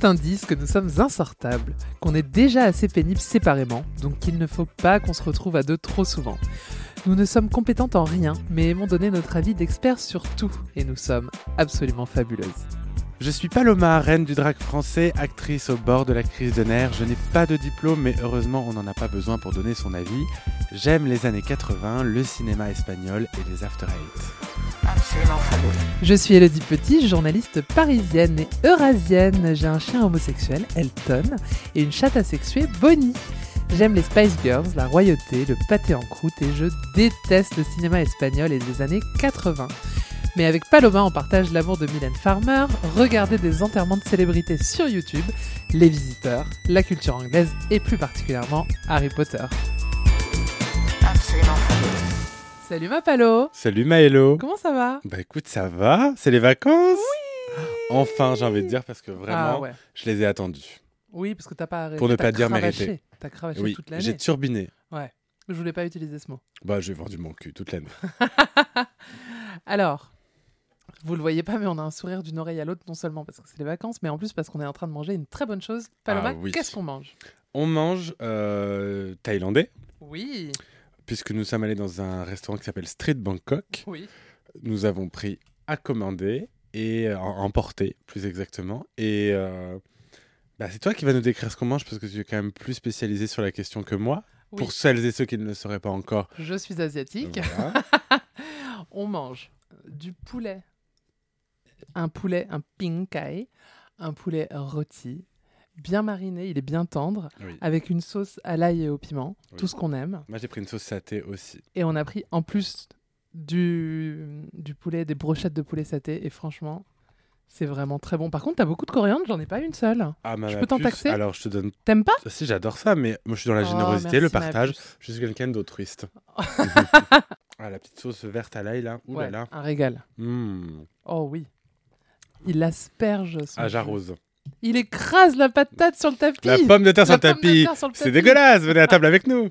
tout indice que nous sommes insortables, qu'on est déjà assez pénibles séparément, donc qu'il ne faut pas qu'on se retrouve à deux trop souvent. Nous ne sommes compétentes en rien, mais aimons donner notre avis d'experts sur tout, et nous sommes absolument fabuleuses. Je suis Paloma, reine du drag français, actrice au bord de la crise de nerfs. Je n'ai pas de diplôme, mais heureusement, on n'en a pas besoin pour donner son avis. J'aime les années 80, le cinéma espagnol et les after eight. Absolument fabuleux. Je suis Elodie Petit, journaliste parisienne et eurasienne. J'ai un chien homosexuel, Elton, et une chatte asexuée, Bonnie. J'aime les Spice Girls, la royauté, le pâté en croûte et je déteste le cinéma espagnol et des années 80. Mais avec Paloma, on partage l'amour de Mylène Farmer, regarder des enterrements de célébrités sur YouTube, les visiteurs, la culture anglaise et plus particulièrement Harry Potter. Absolument fabuleux. Salut ma Palo Salut Maëlo Comment ça va Bah écoute, ça va C'est les vacances Enfin, j'ai envie de dire, parce que vraiment, Ah ouais. je les ai attendues. Oui, parce que t'as pas arrêté. Pour ne t'as pas dire cravaché. mérité. T'as cravaché Oui, toute Bah, j'ai l'année. turbiné. Je voulais pas utiliser ce mot. Bah, j'ai vendu mon cul toute l'année. Alors, vous le voyez pas, mais on a un sourire d'une oreille à l'autre, non seulement parce que c'est les vacances, mais en plus parce qu'on est en train de manger une très bonne chose. Paloma, Ah oui. qu'est-ce qu'on mange On mange euh, thaïlandais, Oui, puisque nous sommes allés dans un restaurant qui s'appelle Street Bangkok. oui. Nous avons pris à commander et euh, à emporter, plus exactement. Et euh, bah, c'est toi qui vas nous décrire ce qu'on mange, parce que tu es quand même plus spécialisé sur la question que moi. Oui. Pour celles et ceux qui ne le sauraient pas encore. Je suis asiatique. Voilà. On mange euh, du poulet, un poulet, un ping kai, un poulet rôti, bien mariné, il est bien tendre, Oui. avec une sauce à l'ail et au piment, Oui. tout ce qu'on aime. Moi, j'ai pris une sauce saté aussi. Et on a pris en plus du, du poulet, des brochettes de poulet saté. Et franchement, c'est vraiment très bon. Par contre, t'as beaucoup de coriandre, j'en ai pas une seule. Ah, ma Je ma peux t'en puce, taxer Alors, je te donne. T'aimes pas Si, j'adore ça, mais moi, je suis dans la Oh, générosité, le merci, ma partage. puce. Je suis quelqu'un d'autruiste. ah, la petite sauce verte à l'ail, là. Ouh là Ouais, là. Un régal. Mm. Oh oui. Il asperge son. Ah, jus. j'arrose. Il écrase la patate sur le tapis. La pomme de terre sur La le pomme de tapis. terre sur le C'est tapis. dégueulasse. Venez à table avec nous.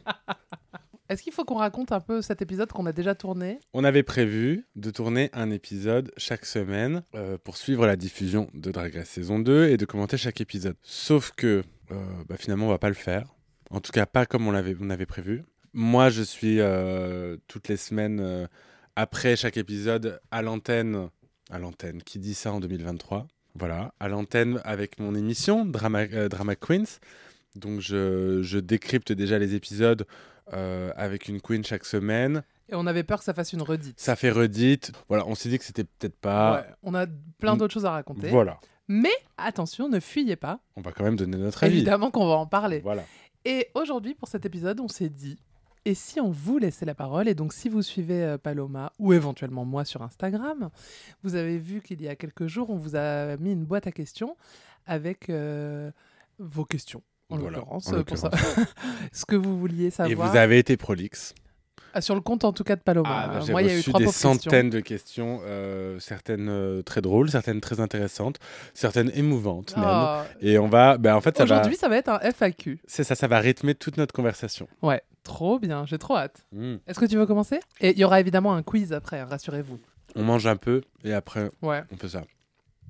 Est-ce qu'il faut qu'on raconte un peu cet épisode qu'on a déjà tourné On avait prévu de tourner un épisode chaque semaine euh, pour suivre la diffusion de Drag Race saison 2 et de commenter chaque épisode. Sauf que euh, bah, finalement, on va pas le faire. En tout cas, pas comme on l'avait on avait prévu. Moi, je suis euh, toutes les semaines euh, après chaque épisode à l'antenne. À l'antenne, qui dit ça en 2023 Voilà, à l'antenne avec mon émission Drama, euh, Drama Queens. Donc, je, je décrypte déjà les épisodes euh, avec une queen chaque semaine Et on avait peur que ça fasse une redite. ça fait redite. Voilà, on s'est dit que c'était peut-être pas. Ouais, on a plein d'autres choses à raconter. Ah. voilà, Mais attention, ne fuyez pas. on va quand même donner notre avis. Évidemment qu'on va en parler. Voilà. Et aujourd'hui, pour cet épisode, on s'est dit, et si on vous laissait la parole, et donc si vous suivez euh, Paloma ou éventuellement moi sur Instagram, vous avez vu qu'il y a quelques jours, on vous a mis une boîte à questions avec euh, vos questions. En Voilà, l'occurrence, en euh, pour ça. ce que vous vouliez Et savoir. vous avez été prolixe. Ah, sur le compte en tout cas de Paloma. Ah, bah, hein. J'ai Moi, il y a eu reçu trois des pauvres questions. centaines de questions, euh, certaines euh, très drôles, certaines très intéressantes, certaines émouvantes même. Ah, Et on va, bah, en fait, ça va. Aujourd'hui, ça va être un FAQ. C'est ça, ça va rythmer toute notre conversation. Ouais, trop bien, j'ai trop hâte. Mm. Est-ce que tu veux commencer Et il y aura évidemment un quiz après, hein, rassurez-vous. On mange un peu et après Ouais. on fait ça.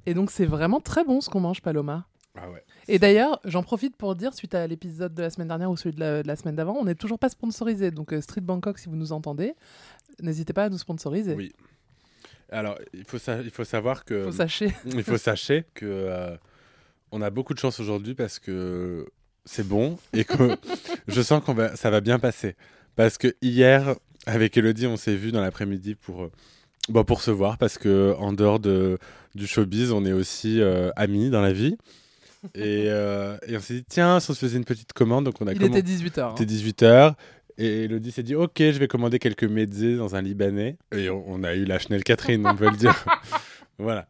Et donc, c'est vraiment très bon ce qu'on mange, Paloma. Ah ouais. Et d'ailleurs, j'en profite pour dire, suite à l'épisode de la semaine dernière ou celui de la, de la semaine d'avant, on n'est toujours pas sponsorisé. Donc euh, Street Bangkok, si vous nous entendez, n'hésitez pas à nous sponsoriser. Oui. euh, Alors, il faut, sa- il faut savoir que. Faut sachez. Il faut sachez que euh, on a beaucoup de chance aujourd'hui parce que c'est bon et que je sens qu'on va, ça va bien passer. Parce que hier, avec Elodie, on s'est vu dans l'après-midi pour, euh, bon, pour se voir parce que en dehors de, du showbiz, on est aussi euh, amis dans la vie. Et, euh, et on s'est dit tiens, si on se faisait une petite commande, donc on a Il commandé. était hein. 18h. C'était 18h. Et Elodie s'est dit, ok, je vais commander quelques mezzés dans un Libanais. Et on, on a eu la Chanel Catherine, on peut le dire. voilà.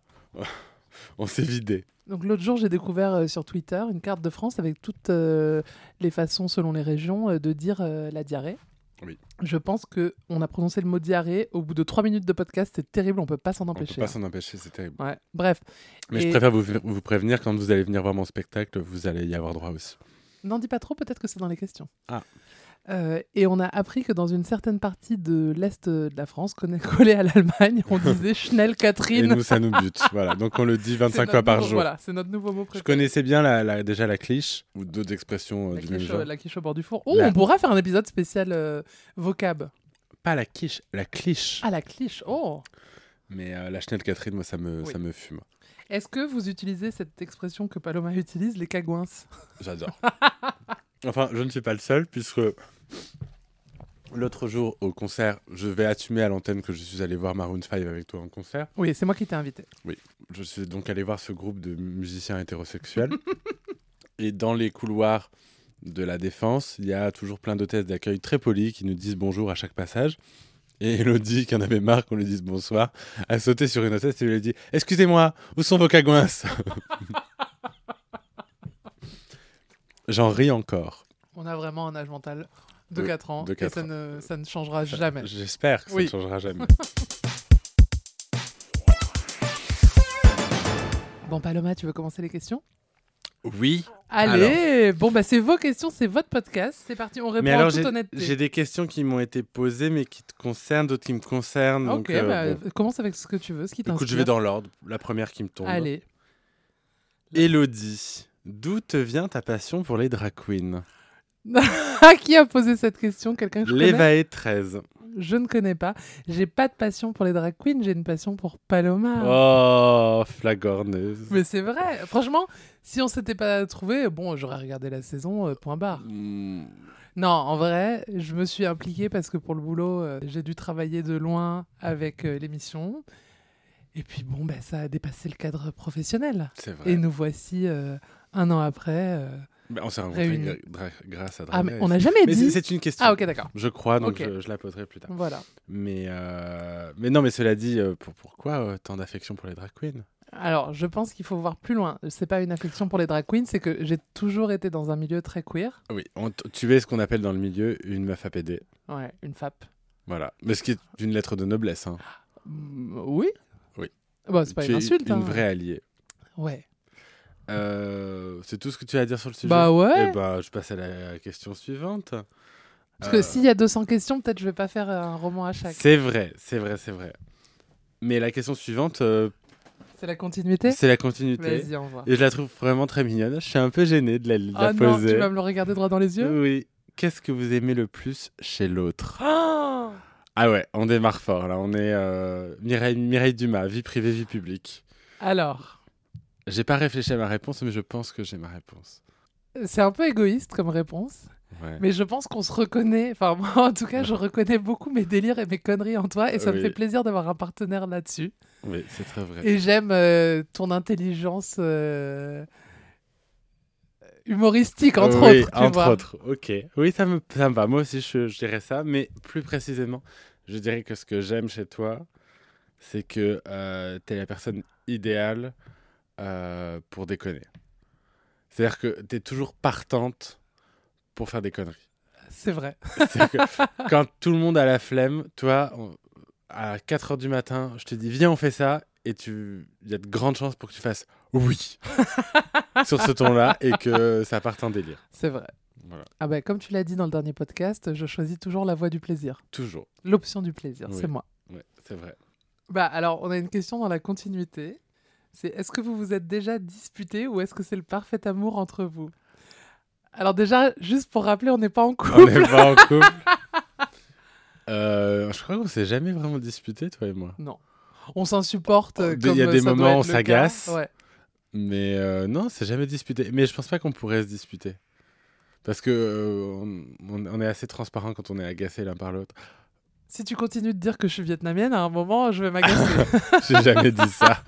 On s'est vidé. Donc l'autre jour, j'ai découvert euh, sur Twitter une carte de France avec toutes euh, les façons, selon les régions, euh, de dire euh, la diarrhée. Oui. Je pense que on a prononcé le mot diarrhée au bout de 3 minutes de podcast. C'est terrible, on peut pas s'en On peut empêcher. pas s'en empêcher, c'est terrible. hein. Ouais. Bref. Mais Et- je préfère vous, vous prévenir, quand vous allez venir voir mon spectacle, vous allez y avoir droit aussi. N'en dis pas trop, peut-être que c'est dans les questions. Ah. Euh, et on a appris que dans une certaine partie de l'Est de la France, conna- collée à l'Allemagne, on disait Schnell Et Catherine. nous, ça nous bute. voilà. Donc, on le dit C'est 25 notre fois par nouveau- jour. Voilà, c'est notre nouveau mot Je préféré. connaissais bien la, la- déjà la cliché ou d'autres expressions euh, La du même quiche, genre. euh, la quiche au bord du four. Oh, La- on pourra faire un épisode spécial euh, vocab. Pas la quiche, la cliché. Ah, la cliche. Oh Mais euh, la Chanel Catherine, moi, ça me, Oui. ça me fume. Est-ce que vous utilisez cette expression que Paloma utilise, les cagouins J'adore. enfin, je ne suis pas le seul, puisque l'autre jour, au concert, je vais assumer à l'antenne que je suis allé voir Maroon 5 avec toi en concert. Oui, c'est moi qui t'ai invité. Je suis donc allé voir ce groupe de musiciens hétérosexuels. et dans les couloirs de la Défense, il y a toujours plein d'hôtesses d'accueil très polies qui nous disent bonjour à chaque passage. Et Elodie, qui en avait marre qu'on lui dise bonsoir, a sauté sur une hôtesse et lui a dit Excusez-moi, où sont vos cagouins J'en ris encore. On a vraiment un âge mental de, De- 4 ans de et quatre ça, ans. Ne, ça ne changera jamais. J'espère que ça Oui. ne changera jamais. Bon, Paloma, tu veux commencer les questions oui. Allez, bon bah c'est vos questions, c'est votre podcast, c'est parti, on répond Mais alors, en toute j'ai j'ai honnêteté. des questions qui m'ont été posées, mais qui te concernent, d'autres qui me concernent. Ok, donc, euh, bah, bon. commence avec ce que tu veux, ce qui t'inspire. Écoute, je vais dans l'ordre. La première qui me tombe. Allez, Elodie, d'où te vient ta passion pour les drag queens à Ah, qui a posé cette question Quelqu'un que je connais L'Evae 13. Je ne connais pas. J'ai pas de passion pour les drag queens, j'ai une passion pour Paloma. Oh, flagorneuse. Ah. Mais c'est vrai, franchement, si on s'était pas trouvé, bon, j'aurais regardé la saison, euh, point barre. Mm. Non, en vrai, je me suis impliquée parce que pour le boulot, euh, j'ai dû travailler de loin avec euh, l'émission. Et puis bon, bah, ça a dépassé le cadre professionnel. C'est vrai. Et nous voici euh, un an après. euh, Bah, on s'est rencontrés Réunis. gra- gra- grâce à Drag Ah, mais Race. on n'a jamais Bah Mais c'est- dit. c'est une question. Ah, ok, d'accord. Je crois, donc Ok. je, je la poserai plus tard. Voilà. Mais, euh, mais non, mais cela dit, euh, pour, pourquoi euh, tant d'affection pour les drag queens Alors, je pense qu'il faut voir plus loin. C'est pas une affection pour les drag queens, c'est que j'ai toujours été dans un milieu très queer. Ah Oui, on t- tu es ce qu'on appelle dans le milieu une meuf à PD. Ouais, une fap. Voilà. Mais ce qui est une lettre de noblesse. Hein. Mm, oui Oui. Bon, c'est pas Tu une es insulte. Une hein. vraie alliée. Ouais. Euh, c'est tout ce que tu as à dire sur le sujet Bah ouais. Eh ben, je passe à la question suivante. Parce Euh, que s'il y a 200 questions, peut-être je vais pas faire euh, un roman à chaque. C'est vrai, c'est vrai, c'est vrai. Mais la question suivante, euh, C'est la continuité c'est la continuité. Vas-y, on voit. Et je la trouve vraiment très mignonne. Je suis un peu gêné de la, de la Ah non, tu poser. Euh. vas me le regarder droit dans les yeux oui. Qu'est-ce que vous aimez le plus chez l'autre Oh Ah ouais, on démarre fort là. On est euh, Mireille, Mireille Dumas, vie privée, vie publique. Alors, J'ai pas réfléchi à ma réponse, mais je pense que j'ai ma réponse. c'est un peu égoïste comme réponse, Ouais. mais je pense qu'on se reconnaît. Enfin, moi, en tout cas, je reconnais beaucoup mes délires et mes conneries en toi, et ça me Oui. fait plaisir d'avoir un partenaire là-dessus. Oui, c'est très vrai. Et j'aime euh, ton intelligence euh, humoristique, entre Oui, autres. Tu entre vois. autres, ok. Oui, ça me, ça me va. Moi aussi, je, je dirais ça. Mais plus précisément, je dirais que ce que j'aime chez toi, c'est que tu es la personne idéale euh, pour déconner. C'est-à-dire que tu es toujours partante pour faire des conneries. C'est vrai. C'est-à-dire que quand tout le monde a la flemme, toi, on- à 4 heures du matin, je te dis, viens, on fait ça. Et tu- il y a de grandes chances pour que tu fasses oui sur ce ton-là et que ça parte en délire. C'est vrai. Voilà. Ah bah, comme tu l'as dit dans le dernier podcast, je choisis toujours la voie du plaisir. Toujours. L'option du plaisir, Oui. c'est moi. Ouais, c'est vrai. Bah alors, on a une question dans la continuité. C'est est-ce que vous vous êtes déjà disputé ou est-ce que c'est le parfait amour entre vous Alors déjà, juste pour rappeler, on n'est pas en couple. On n'est pas en couple. Euh, je crois qu'on s'est jamais vraiment disputé, toi et moi. Non. On s'en supporte. Oh, euh, il Comme y a euh, des ça doit moments où être on le cas. s'agace. Ouais. Mais euh, non, c'est jamais disputé. Mais je pense pas qu'on pourrait se disputer. Parce que euh, on, on- on est assez transparent quand on est agacé l'un par l'autre. Si tu continues de dire que je suis vietnamienne, à un moment, je vais m'agacer. J'ai jamais dit ça.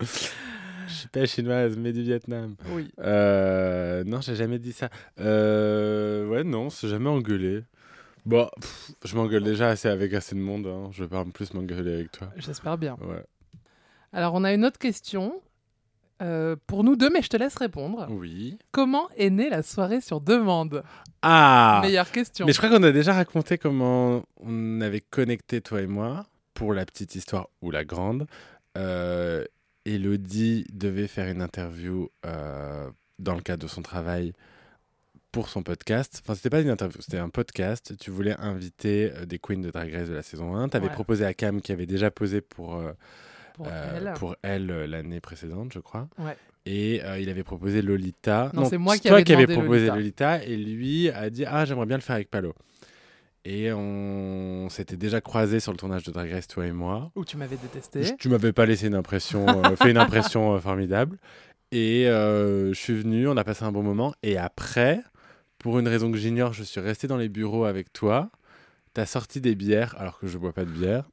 Je suis pas chinoise, mais du Vietnam. oui. Euh, non, j'ai jamais dit ça. Euh, ouais, non, c'est jamais engueulé. Bon, pff, je m'engueule déjà assez avec assez de monde. hein. Je vais pas en plus m'engueuler avec toi. J'espère bien. Ouais. Alors, on a une autre question. euh, pour nous deux, mais je te laisse répondre. Oui. Comment est née la soirée sur demande Ah Meilleure question. Mais je crois qu'on a déjà raconté comment on avait connecté, toi et moi, pour la petite histoire ou la grande. Euh, Elodie devait faire une interview euh, dans le cadre de son travail pour son podcast. Enfin, c'était pas une interview, c'était un podcast. Tu voulais inviter euh, des queens de Drag Race de la saison 1. Tu avais Ouais. proposé à Cam qui avait déjà posé pour, euh, Pour euh, elle. pour elle, euh, l'année précédente, je crois. Ouais. Et euh, il avait proposé Lolita. Non, c'est moi qui toi avais qui avais demandé proposé Lolita. Lolita. Et lui a dit Ah, j'aimerais bien le faire avec Palo. Et on s'était déjà croisés sur le tournage de Drag Race, toi et moi. Où tu m'avais détesté. Je- Tu m'avais pas laissé une impression, euh, fait une impression euh, formidable. Et euh, je suis venu, on a passé un bon moment. Et après, pour une raison que j'ignore, je suis resté dans les bureaux avec toi. T'as sorti des bières, alors que je bois pas de bière.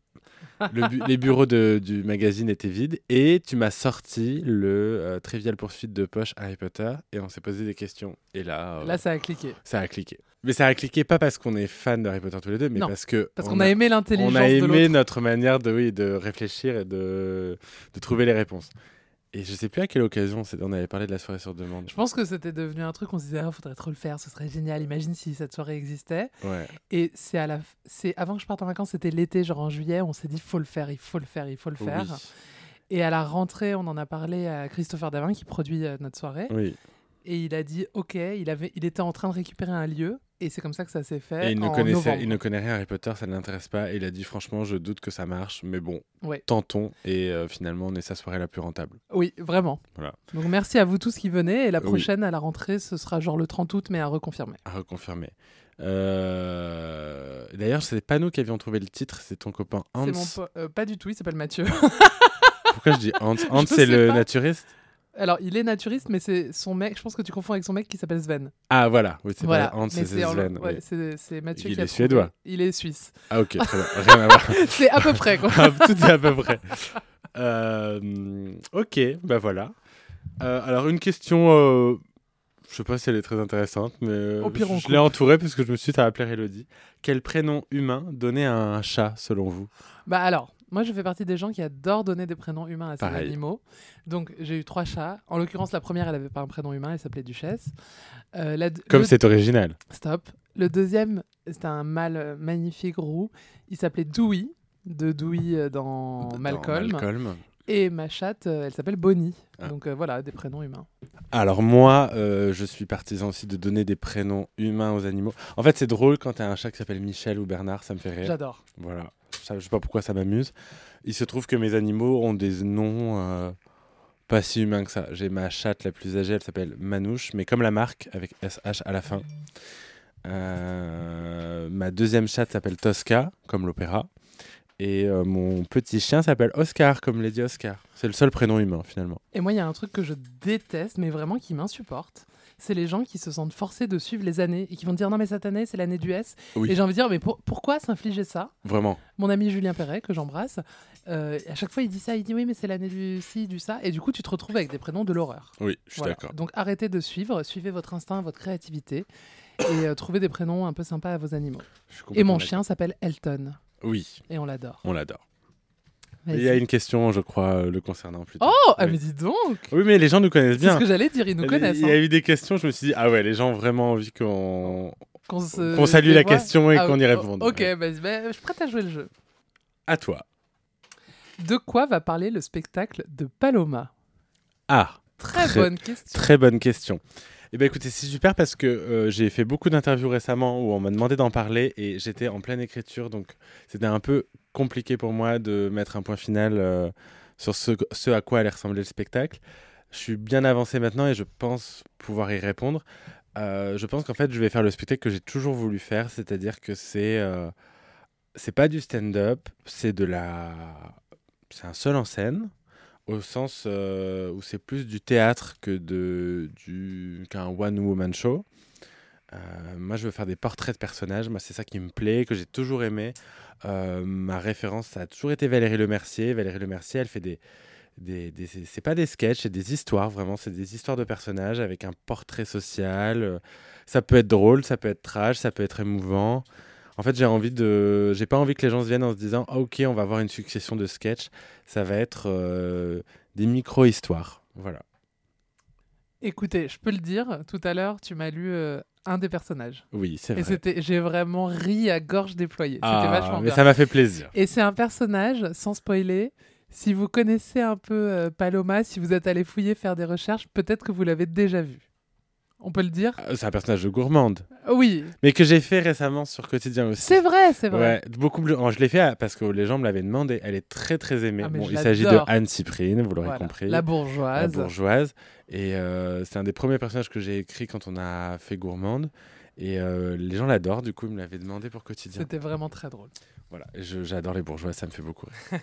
Le bu- les bureaux de- du magazine étaient vides. Et tu m'as sorti le euh, Trivial Poursuite de poche Harry Potter. Et on s'est posé des questions. Et là, euh, Là, ça a cliqué. ça a cliqué. Mais ça a cliqué pas parce qu'on est fan d'Harry Potter tous les deux, mais Non, parce que. Parce on qu'on a aimé l'intelligence on a de l'autre. aimé notre manière de, oui, de réfléchir et de, de trouver les réponses. Et je sais plus à quelle occasion, c'est- on avait parlé de la soirée sur demande. Je pense que c'était devenu un truc, on se disait, ah, faudrait trop le faire, ce serait génial, imagine si cette soirée existait. Ouais. Et c'est à la, f- c'est avant que je parte en vacances, c'était l'été, genre en juillet, on s'est dit, faut le faire, il faut le faire, il faut le faire. Et à la rentrée, on en a parlé à Christopher Davin qui produit euh, notre soirée. Oui. oui. Et il a dit, ok, il, avait, il était en train de récupérer un lieu. Et c'est comme ça que ça s'est fait. Et il ne, Euh, en connaissait, novembre. il ne connaît rien à Harry Potter, ça ne l'intéresse pas. Et il a dit franchement, je doute que ça marche, mais bon, Ouais. tentons. Et euh, finalement, on est sa soirée la plus rentable. Oui, vraiment. Voilà. Donc merci à vous tous qui venez. Et la Oui. prochaine, à la rentrée, ce sera genre le 30 août, mais à reconfirmer. À reconfirmer. Euh, D'ailleurs, c'est pas nous qui avions trouvé le titre, c'est ton copain C'est Hans. mon po- euh, pas du tout, il s'appelle Mathieu. Pourquoi je dis Hans Hans, c'est sais le pas. naturiste Alors, il est naturiste, mais c'est son mec. Je pense que tu confonds avec son mec qui s'appelle Sven. Ah voilà, oui, c'est Voilà. pas Hans, Mais c'est en- Sven. oui. ouais, c'est- c'est Mathieu Il qui a est trouvé. suédois. Il est suisse. Ah ok, très bien. Rien à voir. c'est à peu près, quoi. Ah, Tout est à peu près. Euh, ok, bah voilà. Euh, alors une question, euh, je sais pas si elle est très intéressante, mais euh, Au pire, on je, je l'ai coupe. entourée parce que je me suis dit, ça va plaire Elodie. Quel prénom humain donner à un chat selon vous Bah alors, moi je fais partie des gens qui adorent donner des prénoms humains à ces Pareil. animaux. Donc j'ai eu trois chats. En l'occurrence, la première, elle n'avait pas un prénom humain, elle s'appelait Duchesse. Euh, la deux- Comme le- c'est original. Stop. Le deuxième, c'était un mâle euh, magnifique roux. Il s'appelait Dewey, de Dewey euh, dans, Dans Malcolm. Malcolm. Et ma chatte, euh, elle s'appelle Bonnie. Ah. Donc euh, voilà, des prénoms humains. Alors moi, euh, je suis partisan aussi de donner des prénoms humains aux animaux. En fait, c'est drôle quand t'as un chat qui s'appelle Michel ou Bernard, ça me fait rire. J'adore. Voilà. Ça, je sais pas pourquoi ça m'amuse. Il se trouve que mes animaux ont des noms euh, pas si humains que ça. J'ai ma chatte la plus âgée, elle s'appelle Manouche, mais comme la marque, avec SH à la fin. Euh, ma deuxième chatte s'appelle Tosca, comme l'opéra. Et euh, mon petit chien s'appelle Oscar, comme Lady Oscar. C'est le seul prénom humain, finalement. Et moi, il y a un truc que je déteste, mais vraiment qui m'insupporte. C'est les gens qui se sentent forcés de suivre les années et qui vont dire non, mais cette année, c'est l'année du S. Oui. Et j'ai envie de dire, mais pour- pourquoi s'infliger ça Vraiment. Mon ami Julien Perret, que j'embrasse, euh, à chaque fois il dit ça, il dit oui, mais c'est l'année du ci, du ça, et du coup tu te retrouves avec des prénoms de l'horreur. Oui, je suis Voilà. d'accord. Donc arrêtez de suivre, suivez votre instinct, votre créativité, et euh, trouvez des prénoms un peu sympas à vos animaux. Je suis Et complètement mon chien s'appelle Elton, d'accord. Oui, et on l'adore. on l'adore. Vas-y. Il y a une question, je crois, euh, le concernant plus tard. Oh, ah, Oui. mais dis donc Oui, mais les gens nous connaissent C'est bien. ce que j'allais dire, ils nous Il- connaissent. Il y a hein. eu des questions, je me suis dit, ah ouais, les gens ont vraiment envie qu'on Qu'on se- qu'on salue les la voit. question et Ah, qu'on y oh, réponde. Ok, Ouais. vas-y, bah, je suis prête à jouer le jeu. À toi. De quoi va parler le spectacle de Paloma Ah, Très, Très- bonne question. très bonne question. Eh bien, écoutez, c'est super parce que euh, j'ai fait beaucoup d'interviews récemment où on m'a demandé d'en parler et j'étais en pleine écriture, donc c'était un peu compliqué pour moi de mettre un point final euh, sur ce, ce à quoi allait ressembler le spectacle. Je suis bien avancé maintenant et je pense pouvoir y répondre. Euh, je pense qu'en fait, je vais faire le spectacle que j'ai toujours voulu faire, c'est-à-dire que c'est euh, c'est pas du stand-up, c'est de la c'est un seul en scène au sens euh, où c'est plus du théâtre que de du qu'un one woman show. Euh, moi, je veux faire des portraits de personnages. Moi, c'est ça qui me plaît, que j'ai toujours aimé. Euh, ma référence, ça a toujours été Valérie Lemercier. Valérie Lemercier, elle fait des des, des- c'est c'est pas des sketchs, c'est des histoires vraiment, c'est des histoires de personnages avec un portrait social. Euh, Ça peut être drôle, ça peut être trash, ça peut être émouvant. En fait, j'ai envie de, j'ai pas envie que les gens se viennent en se disant, Ah, ok, on va avoir une succession de sketchs. Ça va être euh, des micro-histoires. Voilà. Écoutez, je peux le dire, tout à l'heure tu m'as lu euh, un des personnages. Oui, c'est Et vrai. c'était, j'ai vraiment ri à gorge déployée. Ah, c'était vachement mais bien. ça m'a fait plaisir. Et c'est un personnage, sans spoiler. Si vous connaissez un peu euh, Paloma, si vous êtes allé fouiller, faire des recherches, peut-être que vous l'avez déjà vu. on peut le dire. Euh, Ah, C'est un personnage de gourmande. Oui, Mais que j'ai fait récemment sur Quotidien aussi. c'est vrai, c'est vrai. Ouais, beaucoup plus. oh, je l'ai fait ah, parce que les gens me l'avaient demandé. Elle est très très aimée. Ah, mais bon, je il s'agit de l'adore. Anne Cyprine, vous l'aurez Voilà, compris. La la bourgeoise. bourgeoise. Et euh, c'est un des premiers personnages que j'ai écrit quand on a fait Gourmande. Et euh, les gens l'adorent, du coup, ils me l'avaient demandé pour quotidien. C'était vraiment très drôle. Voilà, je- j'adore les bourgeois, ça me fait beaucoup rire.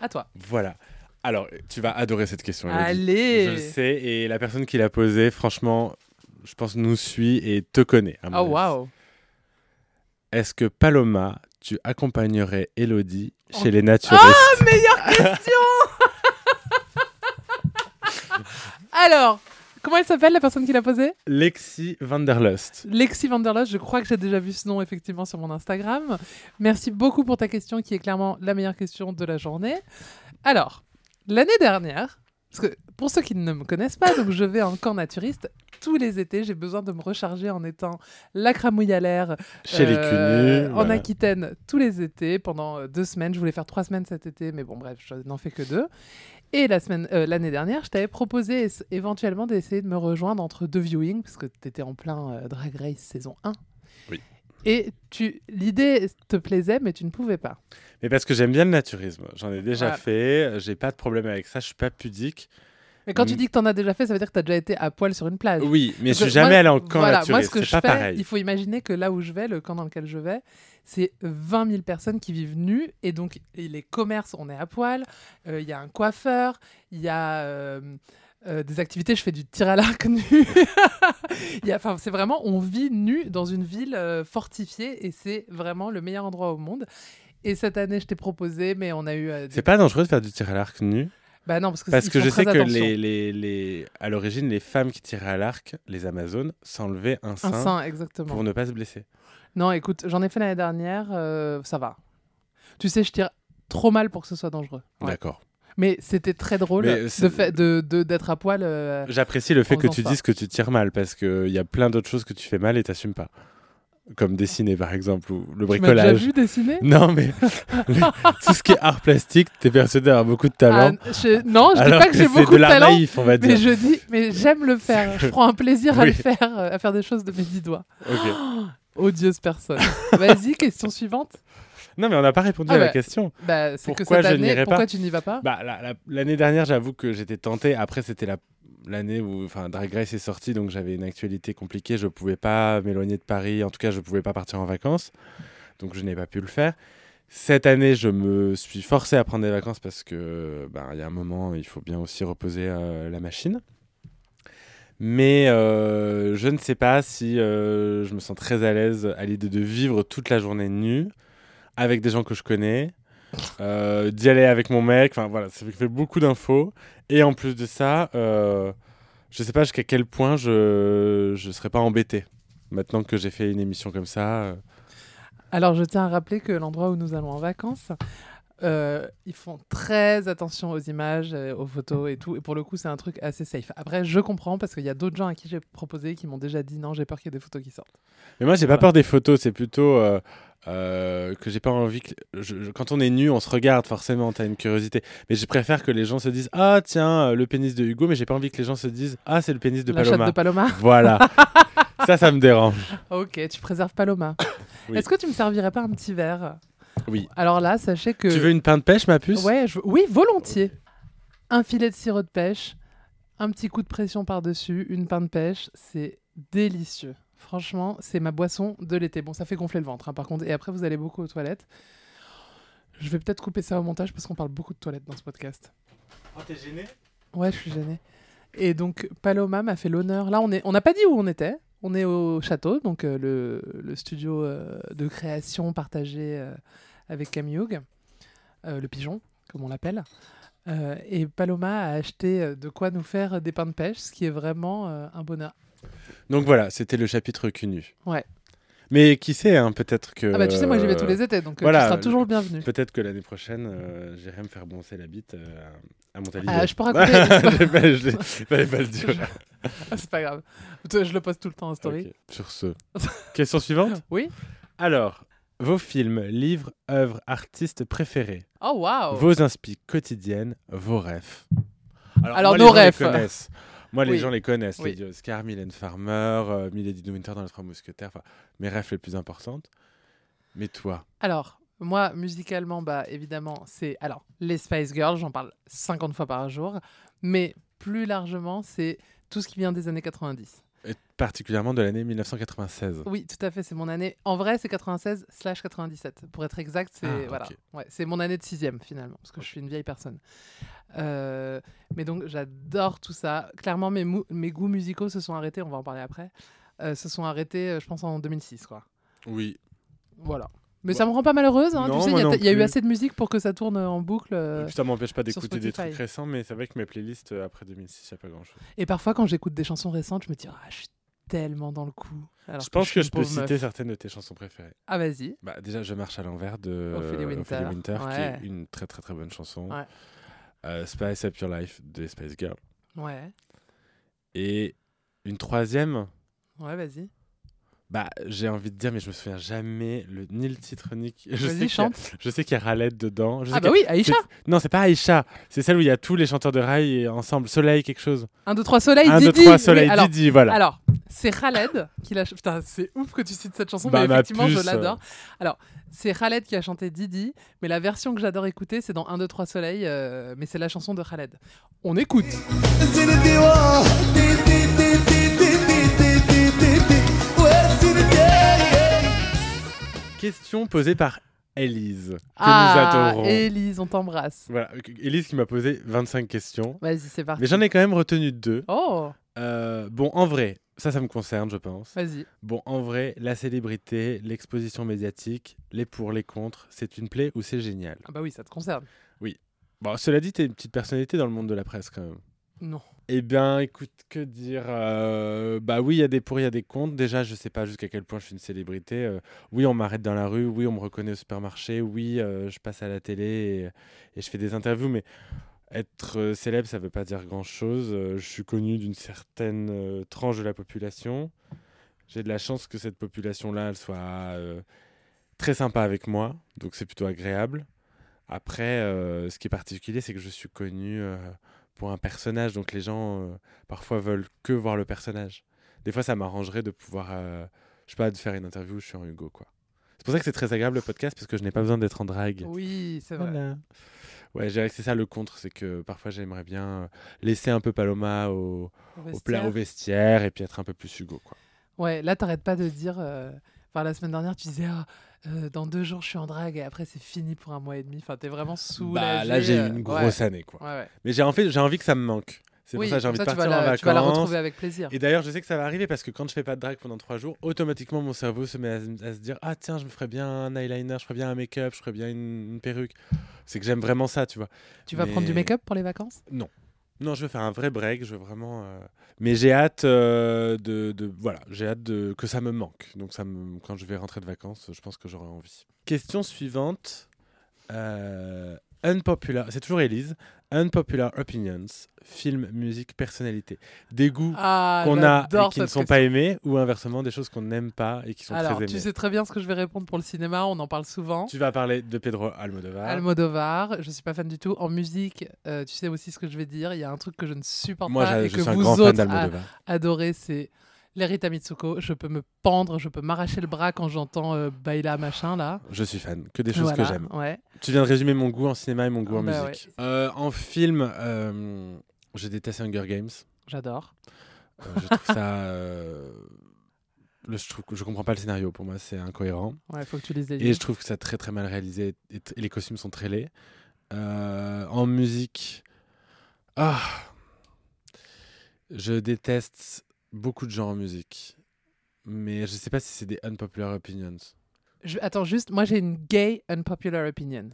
À toi. Voilà. Alors, tu vas adorer cette question. Elodie. Allez. Je le sais, et la personne qui l'a posée, franchement, je pense nous suit et te connaît. à mon Oh avis. waouh. Est-ce que Paloma, tu accompagnerais Elodie Oh. chez les naturistes Meilleure question. Alors, comment elle s'appelle la personne qui l'a posée Lexi Vanderlust. Lexi Vanderlust, je crois que j'ai déjà vu ce nom effectivement sur mon Instagram. Merci beaucoup pour ta question qui est clairement la meilleure question de la journée. Alors, l'année dernière, parce que pour ceux qui ne me connaissent pas, donc je vais en camp naturiste tous les étés, j'ai besoin de me recharger en étant la cramouille à l'air Chez euh, les cunis. En voilà. Aquitaine tous les étés pendant euh, deux semaines. Je voulais faire trois semaines cet été, mais bon, bref, je n'en fais que deux. Et la semaine, euh, l'année dernière, je t'avais proposé es- éventuellement d'essayer de me rejoindre entre deux viewings, parce que tu étais en plein euh, Drag Race saison 1. Oui. Et tu, l'idée te plaisait, mais tu ne pouvais pas. Mais parce que j'aime bien le naturisme. J'en ai déjà Voilà. fait, j'ai pas de problème avec ça, je suis pas pudique. Mais quand tu Mm. dis que tu en as déjà fait, ça veut dire que tu as déjà été à poil sur une plage. Oui, mais Parce je suis que moi- jamais allé en camp voilà, naturiste. Moi, ce que c'est je pas fais, pareil. il faut imaginer que là où je vais, le camp dans lequel je vais, c'est 20 000 personnes qui vivent nues. Et donc, et les commerces, on est à poil. Euh, Il y a un coiffeur. Il y a euh, euh, des activités. Je fais du tir à l'arc nu. Il y a- Enfin, c'est vraiment, on vit nu dans une ville euh, fortifiée. Et c'est vraiment le meilleur endroit au monde. Et cette année, je t'ai proposé, mais on a eu. euh, des- C'est pas dangereux de faire du tir à l'arc nu Bah non, parce que, Parce ils que font je très sais que attention. les, les, les- à l'origine, les femmes qui tiraient à l'arc, les Amazones, s'enlevaient un sein, Un sein, exactement. pour ne pas se blesser. Non, écoute, j'en ai fait l'année dernière, euh, ça va. Tu sais, je tire trop mal pour que ce soit dangereux. Ouais. D'accord. Mais c'était très drôle Mais de c'est- fa- de de- d'être à poil. euh, J'apprécie le fait En que faisant tu ça. dises que tu tires mal parce qu'il y a plein d'autres choses que tu fais mal et t'assumes pas. Comme dessiner par exemple ou Tu le m'as déjà bricolage. vu dessiner Non mais tout ce qui est art plastique, t'es persuadé d'avoir beaucoup de talent. Ah, je- Non, je dis alors pas que j'ai c'est beaucoup de de l'art talent, naïf, on va mais dire. je dis, mais j'aime le faire. Je prends un plaisir à Oui. le faire, euh, à faire des choses de mes dix doigts. Ok. Odieuse personne. Vas-y, question suivante. Non mais on n'a pas répondu Ah à la bah. question. Bah, c'est que Pourquoi cette je année, n'irai pas pourquoi tu n'y vas pas Bah, la- la- l'année dernière, j'avoue que j'étais tenté. Après, c'était la- l'année où enfin, Drag Race est sorti, donc j'avais une actualité compliquée. Je ne pouvais pas m'éloigner de Paris. En tout cas, je ne pouvais pas partir en vacances. Donc, je n'ai pas pu le faire. Cette année, je me suis forcé à prendre des vacances parce que ben, il y a un moment, il faut bien aussi reposer euh, la machine. Mais euh, je ne sais pas si euh, je me sens très à l'aise à l'idée de vivre toute la journée nue avec des gens que je connais, euh, d'y aller avec mon mec. Enfin voilà, ça fait beaucoup d'infos. Et en plus de ça, euh, je sais pas jusqu'à quel point je je serais pas embêté maintenant que j'ai fait une émission comme ça. euh. Alors, je tiens à rappeler que l'endroit où nous allons en vacances, euh, ils font très attention aux images, euh, aux photos et tout. Et pour le coup, c'est un truc assez safe. Après, je comprends parce qu'il y a d'autres gens à qui j'ai proposé qui m'ont déjà dit non, j'ai peur qu'il y ait des photos qui sortent. Mais moi, j'ai pas Voilà. peur des photos. C'est plutôt euh, euh, que j'ai pas envie que je- je- quand on est nu, on se regarde forcément. T'as une curiosité. Mais je préfère que les gens se disent ah tiens euh, le pénis de Hugo, mais j'ai pas envie que les gens se disent ah c'est le pénis de La Paloma. chatte de Paloma. Voilà. ça, ça me dérange. ok, tu préserves Paloma. Oui. Est-ce que tu me servirais pas un petit verre Oui. Alors là, sachez que. Tu veux une pain de pêche, ma puce Ouais, je- Oui, volontiers. Un filet de sirop de pêche, un petit coup de pression par-dessus, une pain de pêche, c'est délicieux. Franchement, c'est ma boisson de l'été. Bon, ça fait gonfler le ventre, hein, par contre. Et après, vous allez beaucoup aux toilettes. Je vais peut-être couper ça au montage parce qu'on parle beaucoup de toilettes dans ce podcast. Oh, t'es gêné Ouais, je suis gênée. Et donc, Paloma m'a fait l'honneur. Là, on est... on n'a pas dit où on était. On est au château, donc euh, le, le studio euh, de création partagé euh, avec Cam Hughes, euh, le pigeon, comme on l'appelle. Euh, et Paloma a acheté euh, de quoi nous faire des pains de pêche, ce qui est vraiment euh, un bonheur. Donc voilà, c'était le chapitre cunu. Ouais. Mais qui sait, hein, peut-être que. Ah bah tu sais, moi j'y vais tous les étés, donc euh, voilà, tu seras le- toujours le bienvenu. Peut-être que l'année prochaine, euh, j'irai me faire bronzer la bite euh, à Montalivet. Ah, je peux raconter une J'ai pas- je l'ai- Fallait pas le dire. Ah, C'est pas grave. Je le poste tout le temps en story. Ok, Sur ce. Question suivante Oui. Alors, vos films, livres, œuvres, artistes préférés, Oh waouh vos inspirations quotidiennes, vos rêves. Alors, moi, les nos gens les refs. connaissent. Moi, les Oui. gens les connaissent. Oui. Les dieux Oscar, Mylène Farmer, euh, Milady de Winter dans Les Trois Mousquetaires. Enfin, mes rêves les plus importantes. Mais toi, Alors, moi, musicalement, bah, évidemment, c'est. Alors, les Spice Girls, j'en parle 50 fois par jour. Mais plus largement, c'est tout ce qui vient des années 90. et particulièrement de l'année 1996. Oui, tout à fait, c'est mon année. En vrai, c'est 96 slash 97. Pour être exact, c'est Ah, voilà. ok. Ouais, c'est mon année de sixième finalement, parce que je suis une vieille personne. Euh, mais donc, j'adore tout ça. Clairement, mes, mou- mes goûts musicaux se sont arrêtés. On va en parler après. euh, se sont arrêtés, euh, je pense, en 2006, quoi. Oui. Voilà. Mais Bah, ça me rend pas malheureuse. hein. non, tu sais, il moi y, a- non il y a eu plus. assez de musique pour que ça tourne euh, en boucle. euh. Et puis ça m'empêche pas sur d'écouter des Spotify. trucs récents, mais c'est vrai que mes playlists euh, après 2006, il a pas grand-chose. Et parfois, quand j'écoute des chansons récentes, je me dis, ah, je suis tellement dans le coup. Alors Je pense que, suis une je peux pauvre meuf. citer certaines de tes chansons préférées. Ah, vas-y. Bah, déjà, Je marche à l'envers de Ophélie euh, Winter. qui Ouais. est une très très très bonne chanson. Ouais. Euh, Spice Up Your Life des Spice Girls. Ouais. Et une troisième, Ouais, vas-y. bah, j'ai envie de dire, mais je me souviens jamais le, ni le titre ni. qui- Je sais qu'il y Vas-y, a- chante. Je sais qu'il y a Raled dedans. Je sais Ah, bah qu'il y oui, a- Aïcha. c'est- Non, c'est pas Aïcha. C'est celle où il y a tous les chanteurs de rail et ensemble. Soleil, quelque chose. 1, 2, 3, soleil, 1, 2, Didi. 3, Soleil, Oui, alors, Didi, voilà. alors, c'est Khaled qui l'a ch- Putain, c'est ouf que tu cites cette chanson, Bah, mais ma effectivement, je puce, l'adore. Alors, c'est Khaled qui a chanté Didi, mais la version que j'adore écouter, c'est dans 1, 2, 3, soleil, euh, mais c'est la chanson de Khaled. On écoute. Question posée par Elise, que nous ah, adorons. Élise, on t'embrasse. Voilà, Elise qui m'a posé 25 questions. Vas-y, c'est parti. Mais j'en ai quand même retenu deux. Oh, Euh, bon, en vrai, ça, ça me concerne, je pense. vas-y. Bon, en vrai, la célébrité, l'exposition médiatique, les pour, les contre, c'est une plaie ou c'est génial Ah bah oui, ça te concerne. Bon, cela dit, t'es une petite personnalité dans le monde de la presse quand même. Non. Eh bien, écoute, que dire euh, Bah oui, il y a des pour, il y a des contre. Déjà, je sais pas jusqu'à quel point je suis une célébrité. Euh, oui, on m'arrête dans la rue. Oui, on me reconnaît au supermarché. Oui, euh, je passe à la télé et, et je fais des interviews. Mais être euh, célèbre, ça veut pas dire grand-chose. Euh, je suis connu d'une certaine euh, tranche de la population. J'ai de la chance que cette population-là, elle soit euh, très sympa avec moi. Donc, c'est plutôt agréable. Après, euh, ce qui est particulier, c'est que je suis connu... euh, pour un personnage. Donc les gens euh, parfois veulent que voir le personnage. Des fois, ça m'arrangerait de pouvoir, euh, je sais pas, de faire une interview où je suis en Hugo, quoi. C'est pour ça que c'est très agréable le podcast parce que je n'ai pas besoin d'être en drague. Oui, c'est vrai. Voilà. Ouais, je dirais que c'est ça le contre, c'est que parfois j'aimerais bien euh, laisser un peu Paloma au, au plat, Vestiaire. au vestiaire et puis être un peu plus Hugo, quoi. Ouais, là, t'arrêtes pas de dire. euh, Enfin, la semaine dernière, tu disais Ah, euh, dans deux jours, je suis en drague et après, c'est fini pour un mois et demi. Enfin, t'es vraiment soulagé. bah là, j'ai euh, eu une grosse année, quoi. Ouais, ouais, ouais. Mais j'ai en fait, j'ai envie que ça me manque. C'est Oui, pour ça que comme j'ai envie de tu vas partir en la- vacances. Tu vas la retrouver avec plaisir. Et d'ailleurs, je sais que ça va arriver parce que quand je fais pas de drague pendant trois jours, automatiquement mon cerveau se met à, à se dire Ah, tiens, je me ferais bien un eyeliner, je ferais bien un make-up, je ferais bien une, une perruque. C'est que j'aime vraiment ça, tu vois. Tu vas prendre du mais- make-up pour les vacances Non, je veux faire un vrai break, je veux vraiment. euh, Mais j'ai hâte euh, de, de- Voilà, j'ai hâte de... que ça me manque. Donc, ça me... quand je vais rentrer de vacances, je pense que j'aurai envie. Question suivante Euh, Unpopular. C'est toujours Elise. Unpopular opinions, film, musique, personnalité. Des goûts Ah, qu'on a et j'adore qui ne cette sont pas aimés ou inversement des choses qu'on n'aime pas et qui question. sont Alors, très aimées. tu Tu, sais très bien ce que je vais répondre pour le cinéma, on en parle souvent. vas parler de Pedro Almodovar. Almodovar, je suis pas fan du tout. En musique, euh, tu sais aussi ce que je vais dire. Il y a un truc que je ne supporte Moi, pas j'a- et je que suis un vous grand autres ah. fan a- d'Almodovar. adoré, c'est l'Erita Mitsuko. Je peux me pendre, je peux m'arracher le bras quand j'entends euh, Baila machin là. Je suis fan que des choses Voilà, que j'aime. Ouais. Tu viens de résumer mon goût en cinéma et mon goût en Bah musique. Euh, en film, euh, je déteste Hunger Games. J'adore. Euh, je trouve ça. euh, le- je, trouve, que- je comprends pas le scénario. Pour moi, c'est incohérent. Ouais, faut que tu lises les Et livres. je trouve que ça très très mal réalisé et, t- et les costumes sont très laids. Euh, en musique, ah, je déteste beaucoup de gens en musique, mais je sais pas si c'est des unpopular opinions. Je- Attends, juste, moi j'ai une gay unpopular opinion.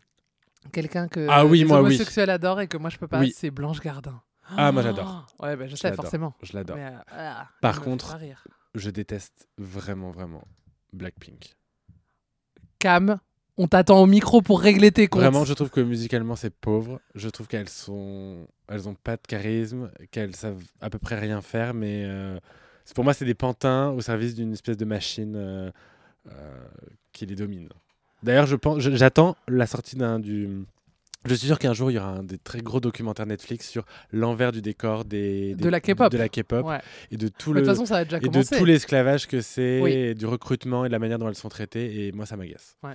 Quelqu'un que Ah oui, les moi, oui. homosexuels adorent et que moi je peux pas, Oui. c'est Blanche Gardin. Ah, moi, j'adore. Ouais, bah, je Je sais, l'adore. forcément. Je l'adore. Mais, euh, ah, Par elle me fait contre- pas rire. Je déteste vraiment vraiment Blackpink. Cam, on t'attend au micro pour régler tes comptes. Vraiment, je trouve que musicalement c'est pauvre. Je trouve qu'elles sont, elles ont pas de charisme, qu'elles savent à peu près rien faire, mais euh, c'est- pour moi c'est des pantins au service d'une espèce de machine euh, euh, qui les domine. D'ailleurs, je pense, je- j'attends la sortie d'un du Je suis sûr qu'un jour, il y aura un des très gros documentaires Netflix sur l'envers du décor des, De des- la K-pop. de la K-pop Ouais. et de tout Mais De le toute façon, ça a déjà et de commencé. tout l'esclavage que c'est, Oui. et du recrutement et de la manière dont elles sont traitées. Et moi, ça m'agace. Ouais.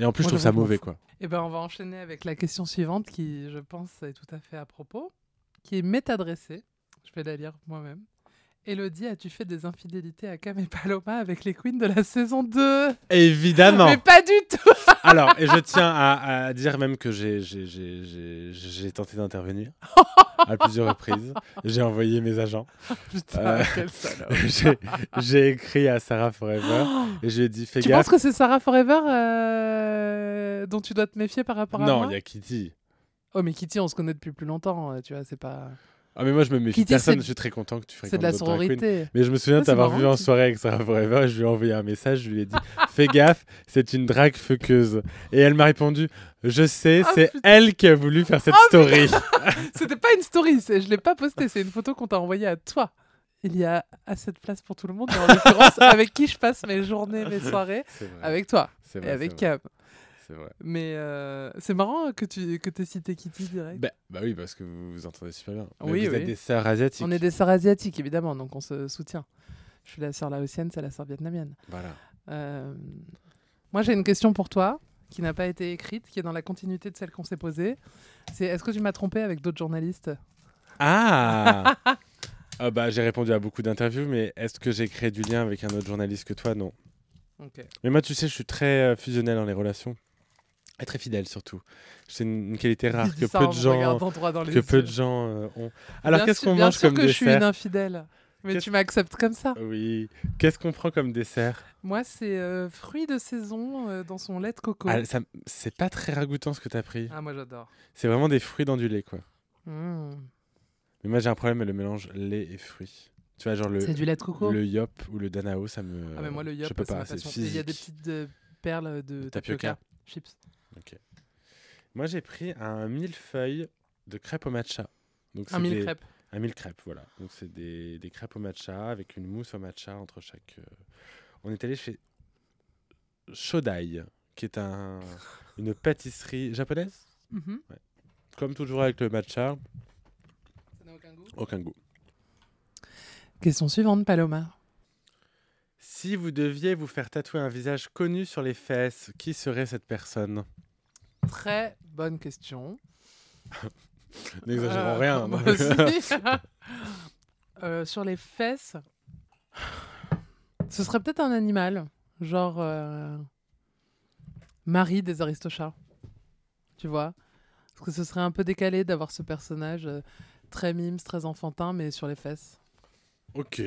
Et en plus, Moi, je trouve j'avoue, ça je m'en mauvais, fous. quoi. Eh ben, on va enchaîner avec la question suivante qui, je pense, est tout à fait à propos, qui est m'est adressée. Je vais la lire moi-même. Elodie, as-tu fait des infidélités à Cam et Paloma avec les queens de la saison 2 Évidemment. Mais pas du tout Alors, et je tiens à, à dire même que j'ai j'ai- j'ai- j'ai- j'ai tenté d'intervenir à plusieurs reprises. J'ai envoyé mes agents. Putain, Euh, quelle salope J'ai- J'ai écrit à Sarah Forever et je lui ai dit fais Tu gaffe. penses que c'est Sarah Forever euh, dont tu dois te méfier par rapport à moi Non, il y a Kitty. Oh, mais Kitty, on se connaît depuis plus longtemps, euh, tu vois, c'est pas... Ah, mais moi, je me méfie de Kitty, personne. c'est- Je suis très content que tu fréquentes C'est de la d'autres drag queens. sororité. Mais je me souviens Ah, c'est t'avoir marrant, vu en tu- soirée avec Sarah Forever et je lui ai envoyé un message, je lui ai dit Fais gaffe, c'est une drague fuqueuse. Et elle m'a répondu Je sais, Ah, c'est putain. Ah, elle qui a voulu faire cette story. C'était pas une story, c'est- je l'ai pas postée, c'est une photo qu'on t'a envoyée à toi. Il y a assez de place pour tout le monde, mais en l'occurrence, avec qui je passe mes journées, mes soirées, C'est vrai, avec toi c'est et vrai, avec c'est vrai, Cam. c'est vrai. Mais euh, c'est marrant que tu que aies cité Kitty direct. Bah, bah oui, parce que vous vous entendez super bien. Mais Oui, vous oui. êtes des sœurs asiatiques. on est des sœurs asiatiques, évidemment, donc on se soutient. Je suis la sœur laotienne, c'est la sœur vietnamienne. Voilà. Euh, Moi, j'ai une question pour toi qui n'a pas été écrite, qui est dans la continuité de celle qu'on s'est posée. C'est est-ce que tu m'as trompé avec d'autres journalistes Ah Ah bah, J'ai répondu à beaucoup d'interviews, mais est-ce que j'ai créé du lien avec un autre journaliste que toi Non. Ok. Mais moi, tu sais, je suis très euh, fusionnel dans les relations. Et très fidèle surtout. C'est une, une qualité rare Il dit que ça peu en de me gens. regardant droit dans les que peu yeux. de gens euh, ont. Alors Bien qu'est-ce sûr- qu'on bien mange sûr comme que je suis une dessert infidèle. Mais Qu'est-ce- tu m'acceptes comme ça. Oui. Qu'est-ce qu'on prend comme dessert Moi, c'est euh, fruits de saison euh, dans son lait de coco. Ah, ça- C'est pas très ragoûtant ce que t'as pris. Ah, moi, j'adore. C'est vraiment des fruits dans du lait quoi. Hmm. Mmh. Mais moi j'ai un problème avec le mélange lait et fruits. Tu vois genre le C'est du lait de coco. le yop ou le danao ça me. Ah, mais moi, le je yop, peux c'est ma pas. C'est passion. Et Il y a des physique. petites euh, perles de tapioca. tapioca. Chips. Moi j'ai pris un millefeuille de crêpes au matcha. Donc, Un c'est mille des- crêpes. Un mille crêpes, voilà. Donc c'est des, des crêpes au matcha avec une mousse au matcha entre chaque. euh. On est allé chez Shodai, qui est un, une pâtisserie japonaise. Mhm. Comme toujours avec le matcha, Ça n'a aucun goût. aucun goût. Question suivante, Paloma. Si vous deviez vous faire tatouer un visage connu sur les fesses, qui serait cette personne Très bonne question. N'exagérons Euh, rien. moi donc. aussi. Euh, sur les fesses, ce serait peut-être un animal, genre euh, Marie des Aristochats, tu vois Parce que ce serait un peu décalé d'avoir ce personnage euh, très mime, très enfantin, mais sur les fesses. ok.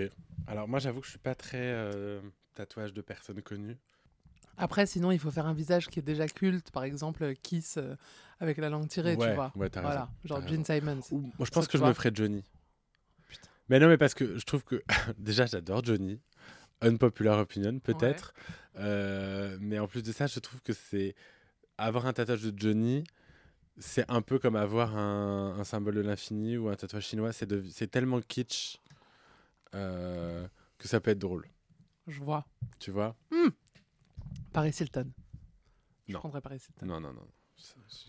Alors moi j'avoue que je suis pas très euh, tatouage de personnes connues. Après, sinon, il faut faire un visage qui est déjà culte, par exemple Kiss euh, avec la langue tirée, Ouais, tu vois ouais, t'as raison. Voilà, genre t'as Gene Simons. Ou- moi, je Ça, pense tu que je vois. me ferais Johnny. Putain. Mais non, mais parce que je trouve que déjà, j'adore Johnny. Unpopular opinion, peut-être. Euh, mais en plus de ça, je trouve que c'est avoir un tatouage de Johnny, c'est un peu comme avoir un, un symbole de l'infini ou un tatouage chinois. C'est de- c'est tellement kitsch euh, que ça peut être drôle. Je vois. Tu vois Paris Hilton. Je Non. prendrais Paris Hilton. Non, non, non.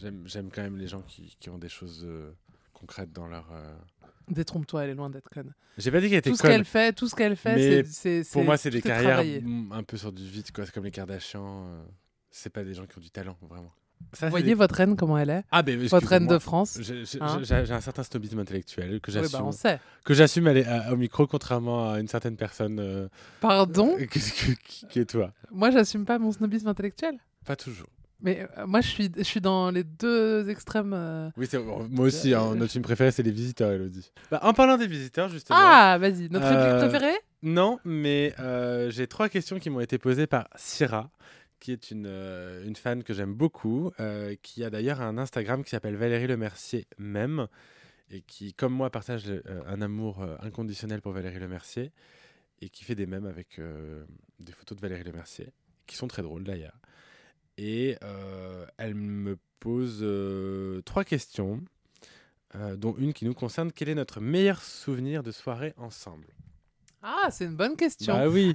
J'aime j'aime quand même les gens qui, qui ont des choses euh, concrètes dans leur. euh, Détrompe-toi, elle est loin d'être conne. J'ai pas dit qu'elle était tout ce conne. qu'elle fait, tout ce qu'elle fait, Mais c'est- c'est c'est- Pour moi, c'est des tout est carrières travaillé. mm, un peu sur du vide, quoi. C'est comme les Kardashians. euh, c'est pas des gens qui ont du talent, vraiment. Ça, Vous c'est voyez des- votre reine comment elle est, Ah, ben, votre reine de excusez-moi. France. J'ai- j'ai- hein. J'ai j'ai un certain snobisme intellectuel que Oui, bah, j'assume. on sait. que j'assume aller à- au micro, contrairement à une certaine personne euh, Pardon, que- que- qui, qui est toi. moi j'assume pas mon snobisme intellectuel. Pas toujours. Mais euh, moi je suis je suis dans les deux extrêmes. euh. Oui, c'est- moi aussi, hein, notre film préféré, c'est Les Visiteurs, Elodie. Bah, en parlant des Visiteurs, justement. Ah, vas-y, notre Euh, réplique préférée Non, mais euh, j'ai trois questions qui m'ont été posées par Syrah, qui est une, euh, une fan que j'aime beaucoup, euh, qui a d'ailleurs un Instagram qui s'appelle Valérie Le Mercier même, et qui, comme moi, partage euh, un amour euh, inconditionnel pour Valérie Le Mercier, et qui fait des mèmes avec euh, des photos de Valérie Le Mercier, qui sont très drôles d'ailleurs. Et euh, elle me pose euh, trois questions, euh, dont une qui nous concerne. Quel est notre meilleur souvenir de soirée ensemble Ah, c'est une bonne question. Bah oui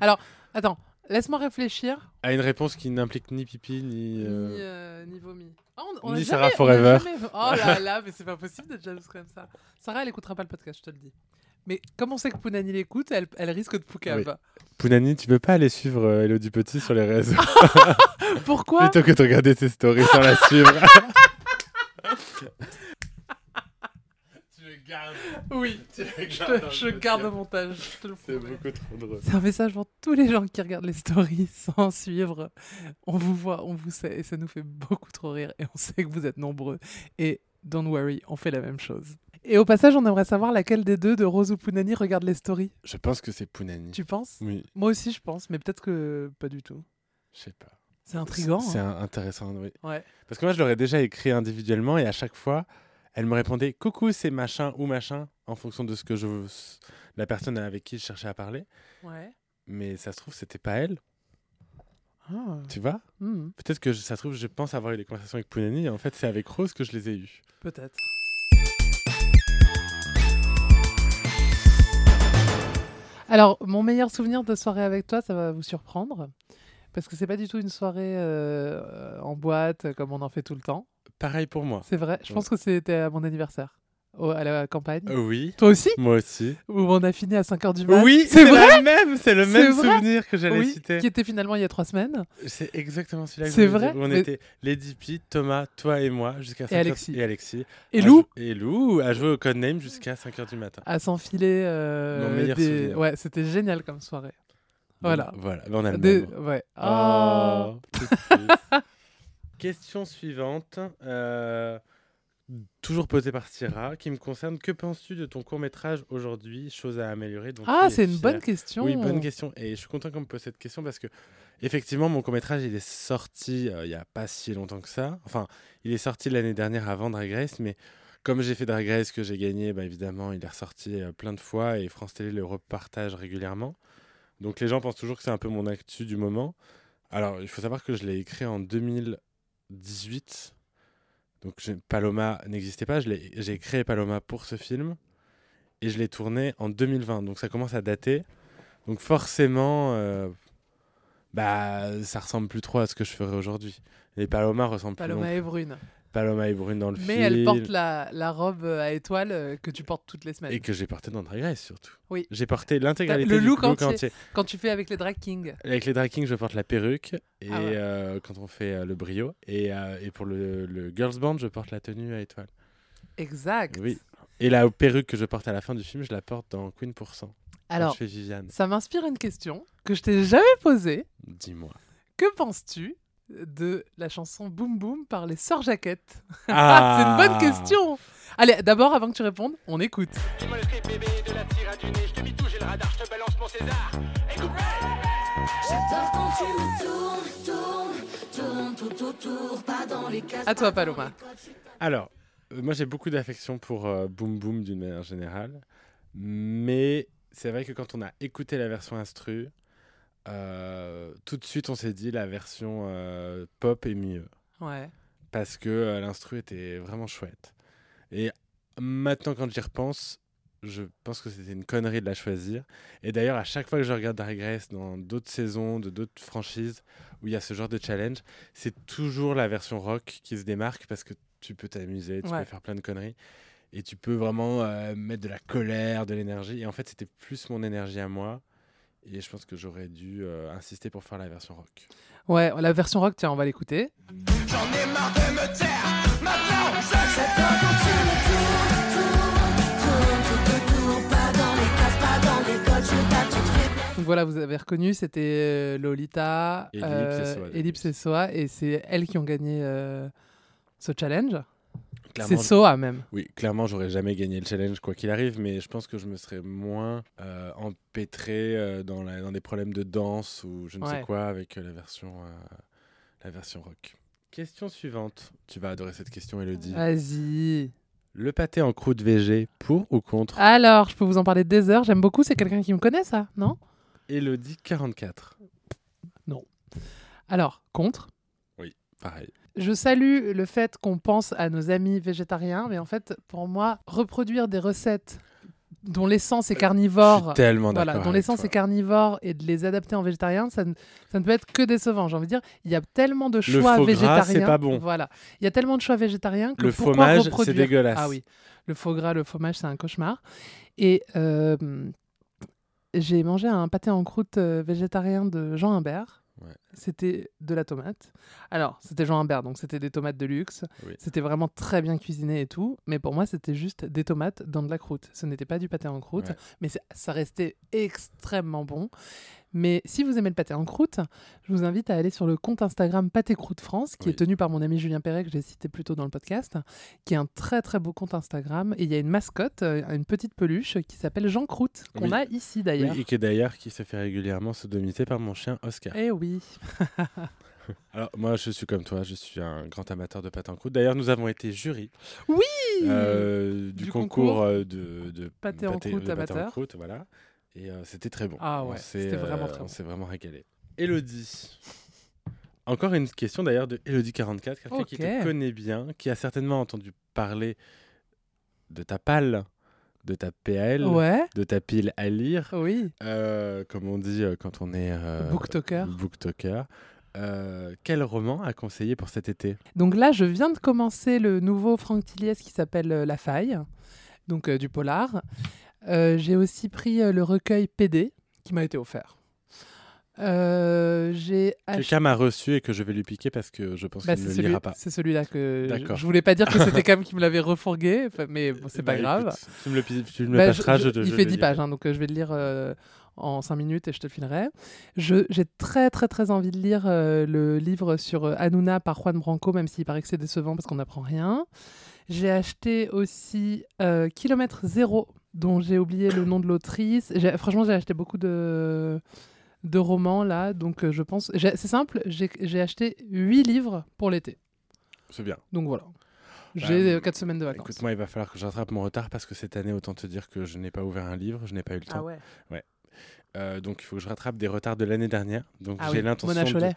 Attends, Laisse-moi réfléchir. À une réponse qui n'implique ni pipi, ni. euh, Ni, euh, ni vomi. Ah, on, on a jamais- ni Sarah on a Forever. jamais- Oh là là, mais c'est pas possible d'être jalouse comme ça. Sarah, elle écoutera pas le podcast, je te le dis. Mais comme on sait que Pounani l'écoute, elle, elle risque de poucave. Pounani, tu veux pas aller suivre euh, Elodie Petit Ah, sur les réseaux Pourquoi plutôt que de regarder ses stories sans la suivre Tu le gardes. Oui, Tu le je, te- je garde au montage. je te le C'est promets. beaucoup trop drôle. C'est un message pour tous les gens qui regardent les stories sans suivre. On vous voit, on vous sait, et ça nous fait beaucoup trop rire. Et on sait que vous êtes nombreux. Et don't worry, on fait la même chose. Et au passage, on aimerait savoir laquelle des deux, de Rose ou Pounani, regarde les stories. Je pense que c'est Pounani. Tu penses Oui, Moi aussi, je pense, mais peut-être que pas du tout. je sais pas. C'est intriguant. C'est un- intéressant, oui. hein. Ouais. Parce que moi, je l'aurais déjà écrit individuellement et à chaque fois, elle me répondait coucou, c'est machin ou machin, en fonction de ce que je la personne avec qui je cherchais à parler. Ouais. Mais ça se trouve, c'était pas elle, Ah. tu vois Hmm, Peut-être que je- ça se trouve, je pense avoir eu des conversations avec Pounani. et En fait, c'est avec Rose que je les ai eues. peut-être. Alors, mon meilleur souvenir de soirée avec toi, ça va vous surprendre. Parce que c'est pas du tout une soirée euh, en boîte euh, comme on en fait tout le temps. Pareil pour moi. C'est vrai. Je Ouais. pense que c'était à mon anniversaire, au- à la campagne. Euh, Oui. Toi aussi Moi aussi. Où on a fini à 5h du matin. Oui, Bah, c'est vrai. la même, c'est le C'est même vrai souvenir que j'allais Oui, citer. qui était finalement il y a trois semaines. C'est exactement celui-là. que C'est je voulais vrai, dire, où On mais- était Lady P, Thomas, toi et moi jusqu'à 5 Alexis. Et Alexis. Et À Lou, jou- Et Lou à jouer au codename jusqu'à 5h du matin. à s'enfiler. euh, Mon meilleur des- souvenir. Ouais, c'était génial comme soirée. Voilà. Voilà, ben, on a le Des- même. Ouais. Ah. Oh, tout de suite. Question suivante. euh, Toujours posée par Syrah, qui me concerne. Que penses-tu de ton court métrage aujourd'hui Chose à améliorer. dont Ah, tu es c'est une fier. bonne question. Oui, bonne question. Et je suis content qu'on me pose cette question parce que, effectivement, mon court-métrage, il est sorti euh, il n'y a pas si longtemps que ça. Enfin, il est sorti l'année dernière avant Drag Race, mais comme j'ai fait Drag Race, que j'ai gagné, bah, évidemment, il est ressorti euh, plein de fois et France Télé le repartage régulièrement. Donc les gens pensent toujours que c'est un peu mon actu du moment. Alors, il faut savoir que je l'ai écrit en 2018. Donc j'ai- Paloma n'existait pas, je l'ai- j'ai créé Paloma pour ce film et je l'ai tourné en 2020. Donc ça commence à dater. Donc forcément, euh, bah, ça ressemble plus trop à ce que je ferais aujourd'hui. Et Paloma ressemble plus Paloma non- est brune. Paloma et Brune dans le Mais film. elle porte la, la robe à étoiles euh, que tu portes toutes les semaines. Et que j'ai porté dans Drag Race surtout. Oui. Bah, J'ai porté l'intégralité Le du look look entier. entier. Quand tu fais avec les drag kings. Avec les drag kings, je porte la perruque et Ah ouais. euh, quand on fait euh, le brio et, euh, et pour le, le girls band, je porte la tenue à étoiles. Exact. Eh Oui. Et la perruque que je porte à la fin du film, je la porte dans Queen pour cent. quand Alors, je fais Viviane. ça m'inspire une question que je t'ai jamais posée. Dis-moi. Que penses-tu de la chanson Boom Boom par les Sœurs Jaquettes Ah, C'est une bonne question. Allez, d'abord, avant que tu répondes, on écoute. Fais-moi le script bébé de la tira du nez, je te bitoue, j'ai le radar, je te balance mon César. Écoute, J'adore quand tu me tournes, tournes, tournes tout autour, pas dans les cases. À toi, pas dans Paloma. les codes, je Alors, euh, moi j'ai beaucoup d'affection pour euh, Boom Boom d'une manière générale, mais c'est vrai que quand on a écouté la version instru, euh, tout de suite on s'est dit la version euh, pop est mieux. Ouais. parce que euh, l'instru était vraiment chouette. Et maintenant, quand j'y repense, je pense que c'était une connerie de la choisir. Et d'ailleurs, à chaque fois que je regarde Drag Race dans d'autres saisons, de d'autres franchises où il y a ce genre de challenge, c'est toujours la version rock qui se démarque parce que tu peux t'amuser, tu Ouais. peux faire plein de conneries. Et tu peux vraiment euh, mettre de la colère, de l'énergie. Et en fait, c'était plus mon énergie à moi. Et je pense que j'aurais dû euh, insister pour faire la version rock. Ouais, la version rock, tiens, on va l'écouter. j'en ai marre de me taire. Maintenant, J'adore quand tu me tournes, tournes, tournes tout autour, pas dans les cases, pas dans les codes, je t'attends, je fais Donc voilà, vous avez reconnu, c'était euh, Lolita, Ellipse et Soa. Ellipse et Soa, et c'est elles qui ont gagné euh, ce challenge. C'est Clairement, Soa même. Oui, clairement, j'aurais jamais gagné le challenge quoi qu'il arrive, mais je pense que je me serais moins euh, empêtré euh, dans, la- dans des problèmes de danse ou je ne Ouais. sais quoi avec euh, la version euh, la version rock. Question suivante. Tu vas adorer cette question, Elodie. Vas-y. Le pâté en croûte VG, pour ou contre Alors, je peux vous en parler des heures. J'aime beaucoup. C'est quelqu'un qui me connaît, ça, non Elodie 44. Alors, contre. Pareil. Je salue le fait qu'on pense à nos amis végétariens, mais en fait, pour moi, reproduire des recettes dont l'essence est Euh, Je carnivore, suis tellement d'accord. voilà, dont avec l'essence toi. est carnivore et de les adapter en végétarien, ça ne, ça ne peut être que décevant. J'ai envie de dire, il y a tellement de choix faux gras, végétariens. c'est pas bon. Voilà, il y a tellement de choix végétariens que Le pourquoi fromage, c'est reproduire dégueulasse. Ah oui, le faux gras, le fromage, c'est un cauchemar. Et euh, j'ai mangé un pâté en croûte euh, végétarien de Jean Humbert. Ouais. C'était de la tomate. Alors, c'était Jean Humbert, donc c'était des tomates de luxe. Oui. C'était vraiment très bien cuisiné et tout. Mais pour moi, c'était juste des tomates dans de la croûte. Ce n'était pas du pâté en croûte. Ouais. Mais ça- ça restait extrêmement bon. Mais si vous aimez le pâté en croûte, je vous invite à aller sur le compte Instagram Pâté Croûte France, qui Oui. est tenu par mon ami Julien Perret, que j'ai cité plus tôt dans le podcast, qui est un très très beau compte Instagram. Et il y a une mascotte, euh, une petite peluche, qui s'appelle Jean Croûte, qu'on Oui. a ici Oui, d'ailleurs. et qui est d'ailleurs qui se fait régulièrement sodomiser par mon chien Oscar. Eh oui. Alors moi je suis comme toi, je suis un grand amateur de pâte en croûte. D'ailleurs nous avons été jury Oui euh, du, Du concours, concours euh, de, de pâté en croûte de pâté en amateur. croûte, voilà. Et euh, c'était très bon. Ah On ouais, s'est, c'était vraiment euh, très On bon. s'est vraiment régalé. Elodie. Encore une question d'ailleurs de Elodie44, quelqu'un qui te Ok. connaît bien, qui a certainement entendu parler de ta palle, de ta PL, Ouais, de ta pile à lire. oui. Euh, comme on dit euh, quand on est euh, Booktalker. booktalker. Euh, quel roman a conseillé pour cet été Donc là, je viens de commencer le nouveau Franck Tilliès qui s'appelle euh, La Faille, donc euh, du polar. Euh, J'ai aussi pris euh, le recueil PD qui m'a été offert. Euh, J'ai acheté. Quelqu'un m'a reçu et que je vais lui piquer parce que je pense Bah, c'est qu'il ne le celui- lira pas. c'est celui-là que je- je, D'accord. voulais pas dire que c'était Cam qui me l'avait refourgué, enfin, mais bon, c'est Bah, pas grave. écoute, tu me le, pi- tu me le Bah, je- passeras, je- je, te- il je fait le 10 lirai. pages, hein, donc euh, je vais le lire euh, en 5 minutes et je te le filerai. Je- J'ai très très très envie de lire euh, le livre sur euh, Hanouna par Juan Branco, même s'il paraît que c'est décevant parce qu'on n'apprend rien. J'ai acheté aussi euh, Kilomètre Zéro, dont j'ai oublié le nom de l'autrice. J'ai- Franchement, j'ai acheté beaucoup de de romans là, donc euh, je pense... j'ai- C'est simple, j'ai j'ai acheté 8 livres pour l'été. C'est bien. Donc voilà. J'ai Bah, euh, 4 semaines de vacances. Écoute, moi, il va falloir que je rattrape mon retard parce que cette année, autant te dire que je n'ai pas ouvert un livre, je n'ai pas eu le temps. Ah ouais. Euh, donc, il faut que je rattrape des retards de l'année dernière. Donc, Ah j'ai oui, l'intention. Mona de- Cholet.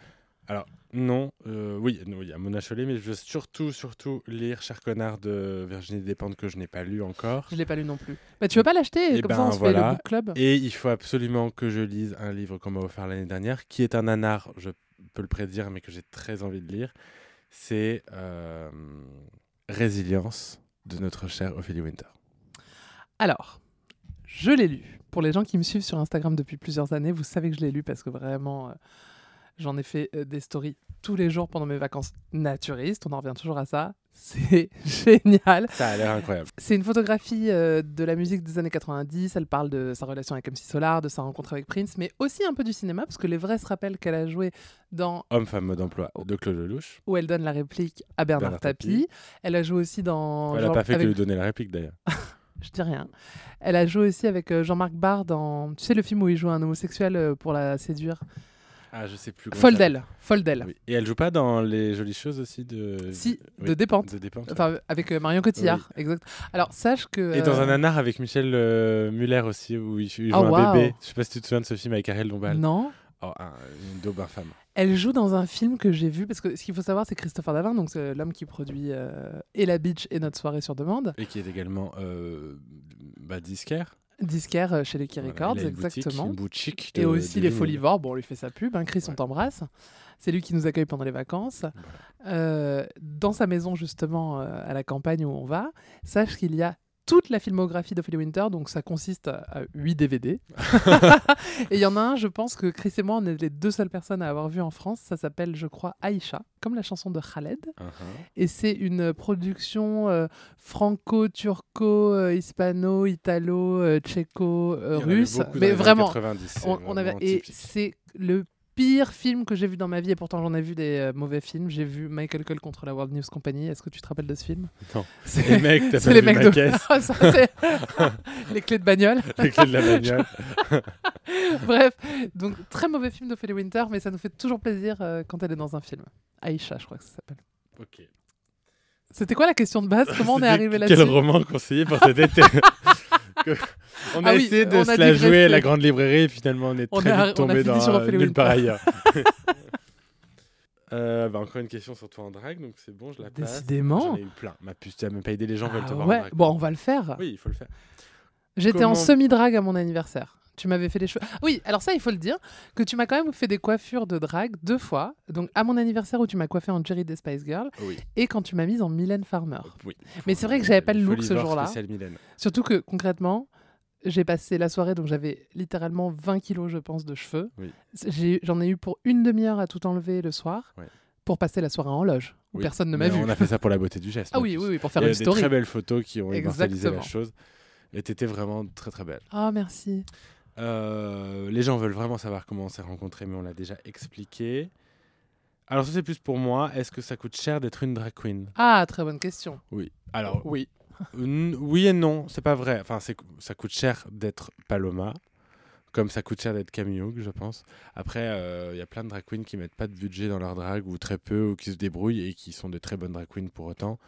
Non, euh, oui, non, il y a Mona Chollet, mais je veux surtout, surtout lire Cher connard de Virginie Despentes que je n'ai pas lu encore. Je l'ai pas lu non plus. Bah, tu veux pas l'acheter Eh Comme ben, ça, on se fait voilà. le book club. Et il faut absolument que je lise un livre qu'on m'a offert l'année dernière, qui est un anard, je peux le prédire, mais que j'ai très envie de lire. C'est euh, Résilience de notre chère Ophélie Winter. Alors, je l'ai lu. Pour les gens qui me suivent sur Instagram depuis plusieurs années, vous savez que je l'ai lu parce que vraiment, euh, j'en ai fait euh, des stories tous les jours pendant mes vacances naturistes. On en revient toujours à ça. C'est génial. Ça a l'air incroyable. C'est une photographie euh, de la musique des années 90. Elle parle de sa relation avec MC Solar, de sa rencontre avec Prince, mais aussi un peu du cinéma, parce que les vrais se rappellent qu'elle a joué dans Homme, femme, mode emploi de Claude Lelouch. où elle donne la réplique à Bernard, Bernard Tapie. Tapie. Elle a joué aussi dans. Elle n'a Jean- pas fait avec- que lui donner la réplique d'ailleurs. Je dis rien. Elle a joué aussi avec euh, Jean-Marc Barr dans. Tu sais, le film où il joue un homosexuel euh, pour la séduire Ah, je sais plus. comment Folle ça d'elle. Folle d'elle. s'appelle. Oui. Et elle joue pas dans Les Jolies Choses aussi de. Si, Oui, de Dépente. de Despentes, ouais. Enfin, avec euh, Marion Cotillard, exact. Alors, sache que. Et dans un euh, anard avec Michel euh, Muller aussi, où il il joue Ah, un waouh. bébé. Je sais pas si tu te souviens de ce film avec Ariel Dombal. Non, Oh, un- une daube infâme. elle joue dans un film que j'ai vu parce que ce qu'il faut savoir, c'est Christopher Davin, donc c'est l'homme qui produit euh, et la Beach et notre soirée sur demande, Et qui est également euh, bah, disquaire. disquaire euh, chez les Key Voilà, Records, il a une boutique, exactement. une boutique chic de- Et aussi de les vinyle. Folivores. Bon, on lui fait sa pub. Hein. Chris, on Ouais. t'embrasse. C'est lui qui nous accueille pendant les vacances. Euh, dans sa maison, justement, euh, à la campagne où on va, sache qu'il y a toute la filmographie d'Ophélie Winter. Donc, ça consiste à 8 DVD. et il y en a un, je pense que Chris et moi, on est les deux seules personnes à avoir vu en France. Ça s'appelle, je crois, Aïcha, comme la chanson de Khaled. Uh-huh. Et c'est une production euh, franco-turco, euh, hispano, italo, euh, tchéco, Il y euh, en avait russe. beaucoup dans les Mais années vraiment, 90, c'est on, on avait vraiment et typique. c'est le pire film que j'ai vu dans ma vie et pourtant j'en ai vu des euh, mauvais films j'ai vu Michael Cole contre la World News Company est-ce que tu te rappelles de ce film Non. c'est Les mecs, t'as c'est pas les vu mecs ma de caisse, Ça, c'est- les clés de bagnole les clés de la bagnole. bref donc très mauvais film de Felly Winter mais ça nous fait toujours plaisir euh, quand elle est dans un film Aïcha je crois que ça s'appelle Ok. c'était quoi la question de base comment on est C'était arrivé Quel là-dessus roman conseillé pour cet été Que- On a Ah oui, essayé de on a se la digressé. jouer à la grande librairie et finalement on est On très a- on a vite tombé fini dans sur euh, Ophélie nulle part Winter. ailleurs. Euh, bah, encore une question sur toi en drague, donc c'est bon, je la passe. Décidément. J'en ai eu plein. Ma puce, tu as même pas aidé, les gens veulent te Ah voir en ouais drague. bon on va le faire Oui, il faut le faire. J'étais en Comment- semi-drague à mon anniversaire. Tu m'avais fait les cheveux. Ah Oui, alors ça, il faut le dire, que tu m'as quand même fait des coiffures de drague deux fois. Donc à mon anniversaire où tu m'as coiffé en Jerry des Spice Girl Oui. et quand tu m'as mise en Mylène Farmer. oui. Mais c'est vrai que j'avais pas le look Folie ce Vore jour-là. spéciale Mylène. Surtout que concrètement, j'ai passé la soirée, donc j'avais littéralement 20 kilos, je pense, de cheveux. Oui. J'ai- J'en ai eu pour une demi-heure à tout enlever le soir Ouais. pour passer la soirée en loge où Oui. personne ne m'a Mais vu. On a fait ça pour la beauté du geste. Ah en oui, plus. oui, oui, pour Il faire y a une des story. très belles photos qui ont immortalisé la Exactement. chose. Et t'étais vraiment très très belle. Ah, merci. Euh, les gens veulent vraiment savoir comment on s'est rencontrés, mais on l'a déjà expliqué. Alors ça c'est plus pour moi. Est-ce que ça coûte cher d'être une drag queen Ah, très bonne question. Oui. Alors Oui. n- oui et non, c'est pas vrai. Enfin c'est- ça coûte cher d'être Paloma, comme ça coûte cher d'être Camille Hoog, je pense. Après euh, il y a plein de drag queens qui mettent pas de budget dans leur drag ou très peu ou qui se débrouillent et qui sont de très bonnes drag queens pour autant.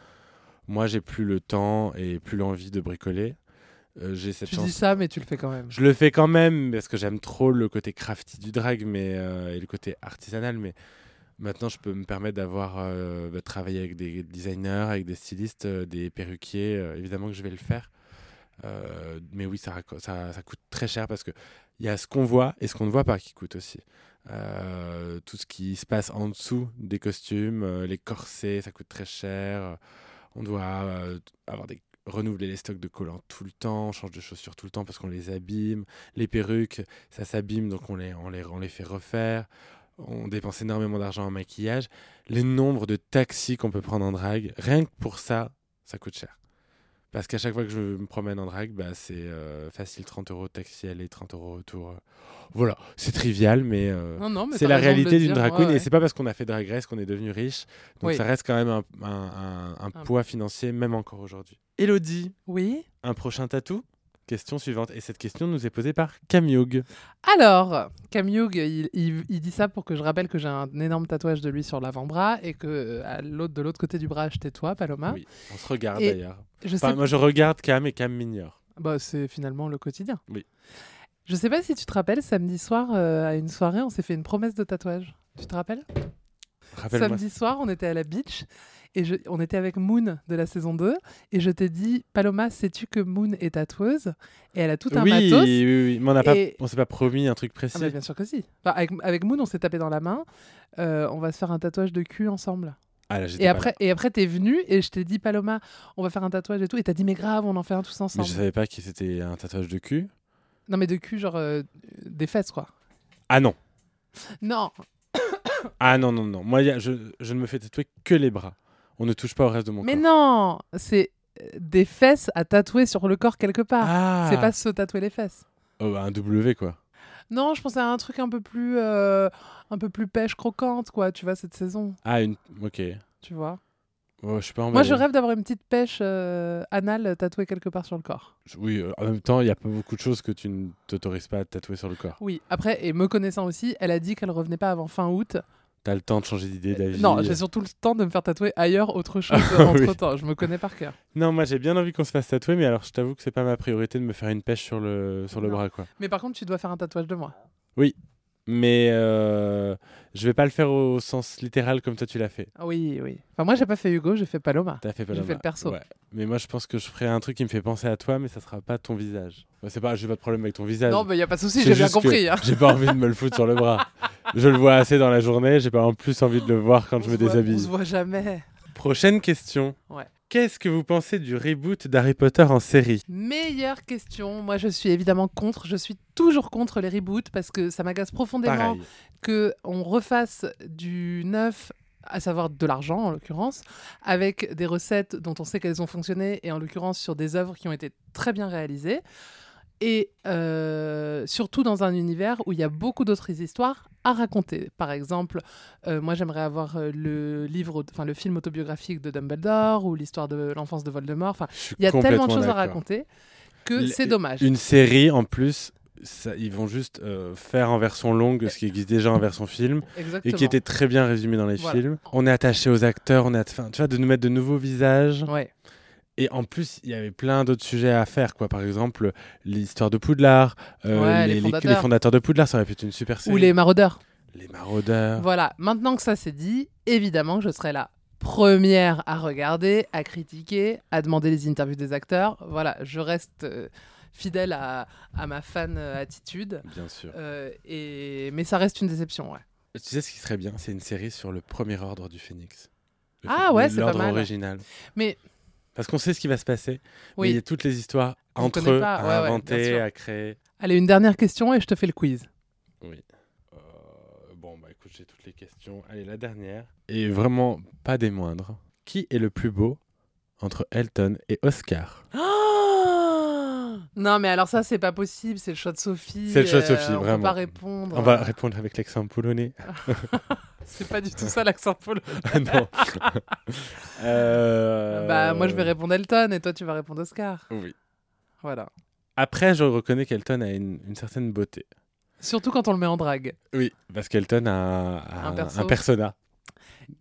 Moi j'ai plus le temps et plus l'envie de bricoler. Euh, j'ai cette Tu chance dis ça, mais tu le fais quand même. je le fais quand même parce que j'aime trop le côté crafty du drag mais, euh, et le côté artisanal. Mais maintenant, je peux me permettre d'avoir euh, bah, travaillé avec des designers, avec des stylistes, euh, des perruquiers. euh, évidemment que je vais le faire. Euh, mais oui, ça, raco- ça, ça coûte très cher parce que il y a ce qu'on voit et ce qu'on ne voit pas qui coûte aussi. Euh, tout ce qui se passe en dessous des costumes, euh, les corsets, ça coûte très cher. On doit euh, avoir des renouveler les stocks de collants tout le temps, on change de chaussures tout le temps parce qu'on les abîme. Les perruques, ça s'abîme donc on les, on, les, on les fait refaire. On dépense énormément d'argent en maquillage. Les nombres de taxis qu'on peut prendre en drague, rien que pour ça, ça coûte cher. Parce qu'à chaque fois que je me promène en drague, bah, c'est euh, facile 30 euros de taxi aller, 30 euros retour. Voilà, c'est trivial, mais euh, Non, non, mais c'est t'as la raison de le réalité d'une dire, drag ouais, queen ouais. et c'est pas parce qu'on a fait drag race qu'on est devenu riche. Donc Oui. Ah. ça reste quand même un, un- un- un Un- poids financier même encore aujourd'hui. Elodie, Oui. un prochain tatou Question suivante et cette question nous est posée par Camiogue. Alors, Cam Hughes, il, il- il dit ça pour que je rappelle que j'ai un énorme tatouage de lui sur l'avant-bras et que euh, à l'autre de l'autre côté du bras, je toi, Paloma. Oui, on se regarde Ah. Et- d'ailleurs. Je sais Enfin, moi je regarde Cam et Cam m'ignore. Bah, c'est finalement le quotidien. Oui. Je sais pas si tu te rappelles, samedi soir, euh, à une soirée, on s'est fait une promesse de tatouage. Tu te rappelles Rappelle-moi. Samedi soir, on était à la beach et je- on était avec Moon de la saison 2 et je t'ai dit, Paloma, sais-tu que Moon est tatoueuse Et elle a tout un oui, matos. oui, oui, mais on n'a pas- Et- on s'est pas promis un truc précis. Ah bah, bien sûr que si. Enfin, avec, avec Moon, on s'est tapé dans la main. Euh, on va se faire un tatouage de cul ensemble. Ah, là, j'étais Et pas après, et après, t'es venu et je t'ai dit, Paloma, on va faire un tatouage et tout. Et t'as dit, mais grave, on en fait un tous là. Mais ensemble. je savais pas que c'était un tatouage de cul. Non, mais de cul, genre euh, des fesses, quoi. Ah non, Non, ah non, non, non. Moi, y a- je, je ne me fais tatouer que les bras. On ne touche pas au reste de mon Mais corps. non, c'est euh, des fesses à tatouer sur le corps quelque part. ah, C'est pas se tatouer les fesses. Oh, bah, un W quoi. Non, je pensais à un truc un peu plus, euh, un peu plus pêche croquante, quoi. Tu vois cette saison, Ah une, ok. tu vois. Oh, je suis pas Moi, emballé. je rêve d'avoir une petite pêche euh, anale tatouée quelque part sur le corps. Je- Oui, euh, en même temps, il y a pas beaucoup de choses que tu ne t'autorises pas à te tatouer sur le corps. Oui. Après, et me connaissant aussi, elle a dit qu'elle revenait pas avant fin août. T'as le temps de changer d'idée, d'avis. Euh, euh. Non, j'ai surtout le temps de me faire tatouer ailleurs autre chose Ah entre temps. Je me connais par cœur. Non, moi j'ai bien envie qu'on se fasse tatouer, mais alors je t'avoue que c'est pas ma priorité de me faire une pêche sur le, sur le Non. bras, quoi. Mais par contre, tu dois faire un tatouage de moi. Mais euh, je vais pas le faire au sens littéral comme toi tu l'as fait. Ah Oui, oui. Enfin, moi, j'ai pas fait Hugo, j'ai fait Paloma. T'as fait pas J'ai fait le perso. Ouais. Mais moi je pense que je ferai un truc qui me fait penser à toi, mais ça sera pas ton visage. Enfin, c'est pas, j'ai pas de problème avec ton visage. Non, mais y a pas de souci, Euh, C'est j'ai bien juste que compris. hein. J'ai pas envie de me le foutre sur le bras. Je le vois assez dans la journée, j'ai pas en plus envie de le voir quand On je me se voit- déshabille. On se voit jamais. Prochaine question. Ouais. Qu'est-ce que vous pensez du reboot d'Harry Potter en série Meilleure question. Moi, je suis évidemment contre. Je suis toujours contre les reboots parce que ça m'agace profondément Pareil. que on refasse du neuf à savoir de l'argent en l'occurrence, avec des recettes dont on sait qu'elles ont fonctionné, et en l'occurrence sur des œuvres qui ont été très bien réalisées, et euh, surtout dans un univers où il y a beaucoup d'autres histoires à raconter. Par exemple, euh, moi j'aimerais avoir euh, le livre, aut- enfin le film autobiographique de Dumbledore ou l'histoire de l'enfance de Voldemort. Enfin, Je suis il y a tellement de complètement choses à d'accord. raconter que L- c'est dommage. Une série en plus, ça- ils vont juste euh, faire en version longue ce qui existe déjà en version film et Exactement. qui était très bien résumé dans les Voilà. films. On est attaché aux acteurs, on est atta- enfin, tu vois, de nous mettre de nouveaux visages. Ouais. Et en plus, il y avait plein d'autres sujets à faire, quoi. Par exemple, l'histoire de Poudlard, euh, Ouais, les les, fondateurs. fondateurs de Poudlard, ça aurait pu être une super série. Ou les maraudeurs. Les maraudeurs. Voilà, maintenant que ça c'est dit, évidemment que je serai la première à regarder, à critiquer, à demander les interviews des acteurs. Voilà, je reste euh, fidèle à, à ma fan euh, attitude. Bien sûr. Euh, et... Mais ça reste une déception, ouais. Tu sais ce qui serait bien C'est une série sur le premier ordre du Phénix. Le Ah Phé- ouais, le- c'est pas L'ordre mal. original. Mais Parce qu'on sait ce qui va se passer. Mais il y oui, a toutes les histoires On entre connaît eux pas, à ouais, ouais, bien inventer, sûr. à créer. allez, une dernière question et je te fais le quiz. Oui. Euh, bon, bah écoute, j'ai toutes les questions. Allez, la dernière. Et vraiment pas des moindres. Qui est le plus beau entre Elton et Oscar non, mais alors ça, c'est pas possible, c'est le choix de Sophie. euh, C'est le choix de Sophie, on vraiment. peut pas répondre. On va répondre avec l'accent polonais. C'est pas du tout ça l'accent polo. Ah non. Euh, Bah, moi, je vais répondre Elton et toi, tu vas répondre Oscar. Oui. Voilà. Après, je reconnais qu'Elton a une, une certaine beauté. Surtout quand on le met en drague. Oui, parce qu'Elton a, un- a Un un, perso. un persona.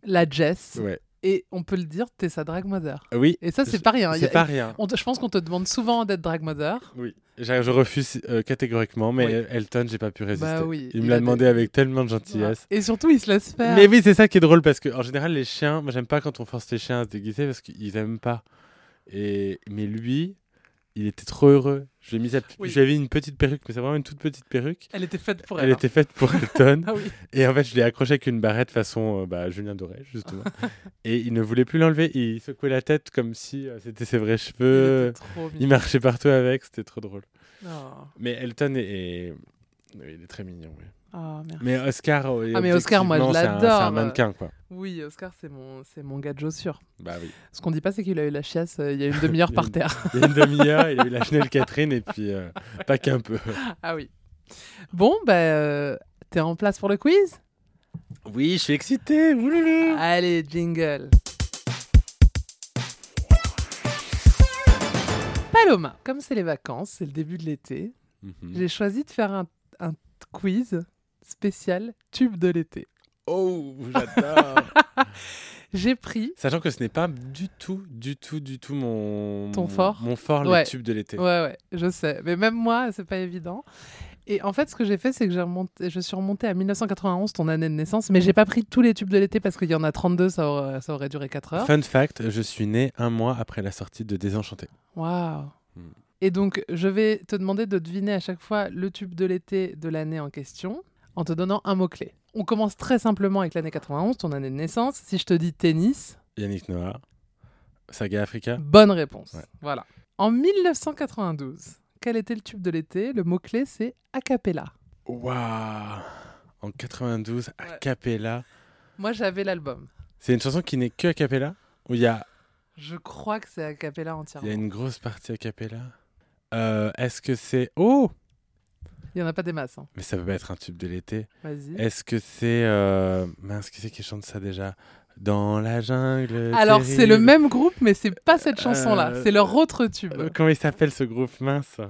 La Jess. Ouais. Euh, Et on peut le dire, t'es sa drag mother. Oui, Et ça, Je- c'est pas rien. Il y c'est a- pas rien. on te- je pense qu'on te demande souvent d'être drag mother. Oui, je, je refuse euh, catégoriquement, mais Oui. Elton, j'ai pas pu résister. Bah oui, il me il a des- l'a Ah. demandé avec tellement de gentillesse. Et surtout, il se laisse faire. Mais oui, c'est ça qui est drôle parce que en général, les chiens, moi j'aime pas quand on force les chiens à se déguiser parce qu'ils aiment pas. Et mais lui, il était trop heureux. Je lui ai mis sa- Oui. je lui avais mis une petite perruque, mais c'est vraiment une toute petite perruque. Elle était faite pour Elle elle. hein. était faite pour Elton. Ah oui. Et en fait, je l'ai accroché avec une barrette façon euh, bah, Julien Doré, justement. et il ne voulait plus l'enlever. Il secouait la tête comme si euh, c'était ses vrais Il cheveux. était trop Il mignon. marchait partout avec. C'était trop drôle. Oh. Mais Elton est. est- oui, il est très mignon. oui. Ah, merde. Mais Oscar. euh, Ah, mais Oscar, moi, je objectivement, c'est un- C'est l'adore. un mannequin, quoi. Oui, Oscar, c'est mon, c'est mon gadget sûr. Bah oui. Ce qu'on dit pas, c'est qu'il a eu la chiasse euh, il y a une demi-heure par terre. Il y a une demi-heure, il a eu la chenille Catherine et puis euh, pas qu'un peu. Ah oui. Bon, bah, euh, t'es en place pour le quiz Oui, je suis excité. ouloulou. Allez, jingle. Paloma, comme c'est les vacances, c'est le début de l'été, Mhm. j'ai choisi de faire un, un quiz spécial tube de l'été. Oh, j'adore. J'ai pris Sachant que ce n'est pas du tout, du tout, du tout mon. Ton fort Mon fort, Ouais. le tube de l'été. Ouais, ouais, je sais. Mais même moi, c'est pas évident. Et en fait, ce que j'ai fait, c'est que j'ai remonté, je suis remontée à 1991, ton année de naissance, mais j'ai pas pris tous les tubes de l'été parce qu'il y en a 32, ça aurait, ça aurait duré 4 heures. Fun fact, je suis né un mois après la sortie de Désenchanté. Waouh! Hmm. Et donc, je vais te demander de deviner à chaque fois le tube de l'été de l'année en question en te donnant un mot-clé. On commence très simplement avec l'année 91, ton année de naissance. Si je te dis tennis, Yannick Noah, Saga Africa, bonne réponse. Ouais. Voilà. En 1992, quel était le tube de l'été? Le mot-clé, c'est a cappella. Waouh En 92, a Ouais. cappella. Moi, j'avais l'album. C'est une chanson qui n'est que a cappella Où il y a, Je crois que c'est a cappella il y entièrement. a une grosse partie a cappella Euh, Est-ce que c'est. Oh Il n'y en a pas des masses. hein. Mais ça peut pas être un tube de l'été. Vas-y. Est-ce que c'est. Euh... Mince, qui c'est qui chante ça déjà Dans la jungle. Alors, c'est terrible. le même groupe, mais c'est pas cette chanson-là. Euh, C'est leur autre tube. Euh, Comment il s'appelle ce groupe Mince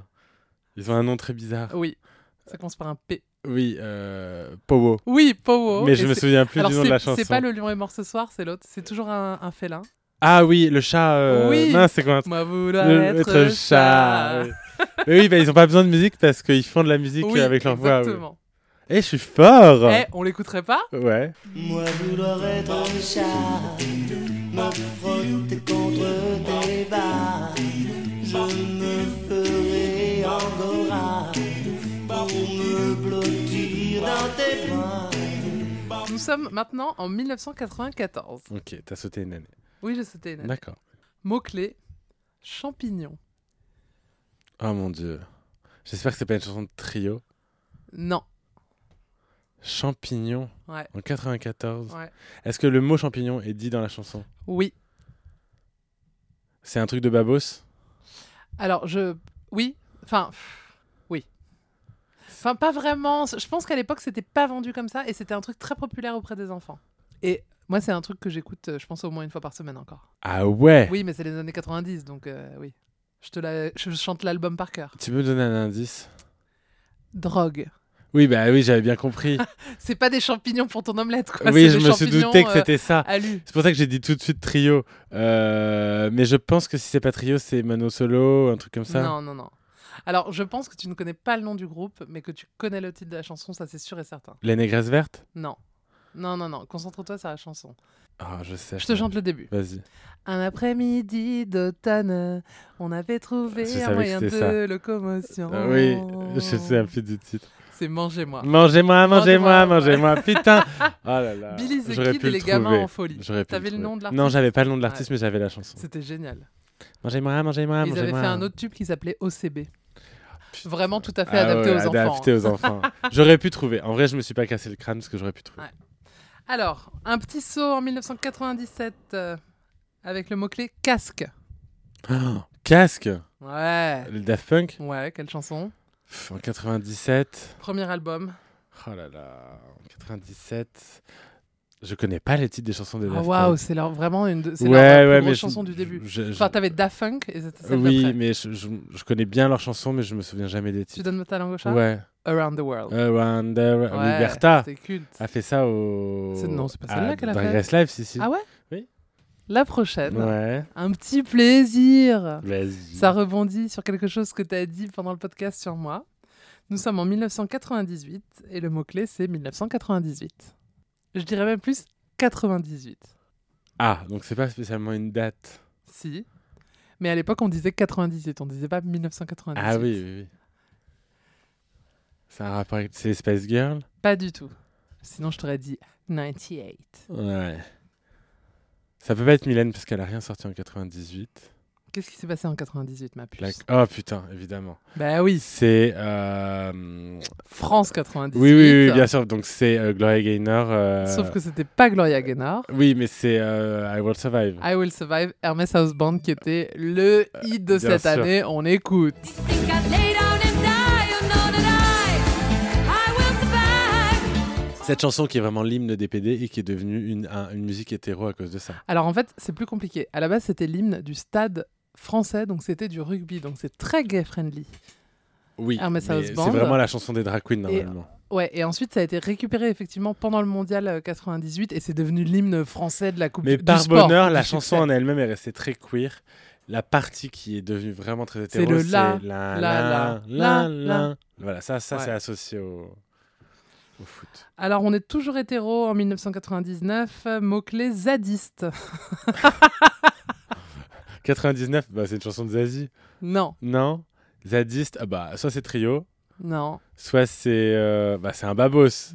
Ils ont un nom très bizarre. Oui. Ça commence par un P. Oui, euh, Powo. Oui, Powo. Mais Oh, Et je me c'est- souviens plus Alors, du nom de la c'est chanson. c'est pas le lion est mort ce soir, c'est l'autre. C'est toujours un, un félin. Ah oui, le chat. euh, Oui. Mince, c'est quoi Moi, vouloir Le être, maître chat. chat. oui. Mais oui, bah, ils ont pas besoin de musique parce qu'ils font de la musique Oui, euh, avec leur voix. oui. exactement. Eh, je suis fort Eh, on l'écouterait pas Ouais. Moi vouloir être un chat, me frotter contre tes bas, je me ferai angora pour me blottir dans tes bras. Nous sommes maintenant en 1994. Ok, t'as sauté une année. Oui, je c'était une. D'accord. Mot-clé champignon. Oh mon dieu. J'espère que c'est pas une chanson de trio. Non. Champignon Ouais. en 94. Ouais. Est-ce que le mot champignon est dit dans la chanson Oui. C'est un truc de babos Alors, je. Oui. Enfin. pff, Oui. Enfin, pas vraiment. Je pense qu'à l'époque, c'était pas vendu comme ça et c'était un truc très populaire auprès des enfants. Et moi, c'est un truc que j'écoute, euh, je pense, au moins une fois par semaine encore. Ah ouais Oui, mais c'est les années 90, donc euh, oui. Je te la... je chante l'album par cœur. Tu peux me donner un indice Drogue. Oui, bah oui, j'avais bien compris. C'est pas des champignons pour ton omelette, quoi. oui, c'est je des me suis champignons, douté que euh, c'était ça. alu. C'est pour ça que j'ai dit tout de suite trio. Euh, mais je pense que si c'est pas trio, c'est Mano Solo, un truc comme ça. Non, non, non. Alors, je pense que tu ne connais pas le nom du groupe, mais que tu connais le titre de la chanson, ça c'est sûr et certain. La négresse verte Non. Non, non, non. Concentre-toi sur la chanson. Ah, je sais. Je te chante le début. Vas-y. Un après-midi d'automne, on avait trouvé Je un savais que moyen de c'était ça. locomotion. Ah oui, je sais Euh, un peu du titre. C'est Mangez-moi. Mangez-moi, mangez-moi, Mangez-moi. mangez-moi. Putain. Oh là là. Billy the J'aurais Kid pu et le les gamins en trouver. folie. J'aurais pu T'avais le trouver. nom de Non, l'artiste j'avais pas le nom de l'artiste, mais j'avais la chanson. C'était génial. Mangez-moi, mangez-moi, Ils mangez-moi. avaient fait un autre tube qui s'appelait OCB. Putain. Vraiment tout à fait Ah adapté ouais, aux enfants. hein. adapté aux enfants. J'aurais pu trouver. En vrai, je me suis pas cassé le crâne parce que j'aurais pu trouver. Ouais. Alors, un petit saut en 1997 euh, avec le mot-clé casque. Oh, Ah. casque Ouais. Le Daft Punk Ouais, quelle chanson Pff, En 97. Premier album. Oh là là. En 97. Je connais pas les titres des chansons des Ah, Daft Waouh, Punk. c'est leur, vraiment une de, c'est Ouais, leur- leur plus ouais, grosse mais je- chanson du début. je- je- Enfin, t'avais Daft Punk et c'était celle oui, d'après. mais je, je- je connais bien leurs chansons, mais je me souviens jamais des Tu titres. donnes ta langue au chat Ouais. hein Euh, Around the World. Around the World. Oh. Ouais, Liberta C'était culte. a fait ça au. C'est- non, c'est pas à celle-là qu'elle a Drag fait. Race Live, ah, si, si. Ah ouais Oui. La prochaine. Ouais. Un petit plaisir. Vas-y. Ça rebondit sur quelque chose que tu as dit pendant le podcast sur moi. Nous sommes en 1998 et le mot-clé c'est 1998. Je dirais même plus 98. Ah, donc c'est pas spécialement une date. Si. Mais à l'époque on disait 98, on disait pas 1998. Ah oui, oui, oui. C'est un rapport avec. C'est les Space Girls Pas du tout. Sinon je t'aurais dit 98. Ouais. Ça peut pas être Mylène parce qu'elle a rien sorti en 98. Qu'est-ce qui s'est passé en 98 ma puce La- Oh putain, évidemment. Bah oui, C'est. euh, France 98. Oui, oui, oui, bien sûr. Donc c'est euh, Gloria Gaynor. euh, Sauf que c'était pas Gloria Gaynor. Oui, mais c'est euh, I Will Survive. I Will Survive, Hermes Houseband qui était le hit de bien cette sûr. année, on écoute. You think I'd lay down and Oh, die? You know that I, I will survive. Cette chanson qui est vraiment l'hymne des PD et qui est devenue une, un- une musique hétéro à cause de ça. Alors en fait, c'est plus compliqué. À la base, c'était l'hymne du stade français, donc c'était du rugby, donc c'est très gay friendly. Oui, Hermes mais c'est Houseband. vraiment la chanson des drag queens normalement. Ouais, et euh, ensuite ça a été récupéré effectivement pendant le mondial euh, 98 et c'est devenu l'hymne français de la Coupe Mais du par sport, bonheur, du la succès. chanson en elle-même est restée très queer. La partie qui est devenue vraiment très C'est hétéro, le c'est la, la, la, la, la. Voilà, ça, ça Ouais. c'est associé au, au foot. Alors on est toujours hétéro en 1999, euh, mot-clé zadiste. 99, bah, c'est une chanson de Zazie. Non, Non Zadiste, ah bah, soit c'est trio, non, soit c'est euh, bah, c'est un babos.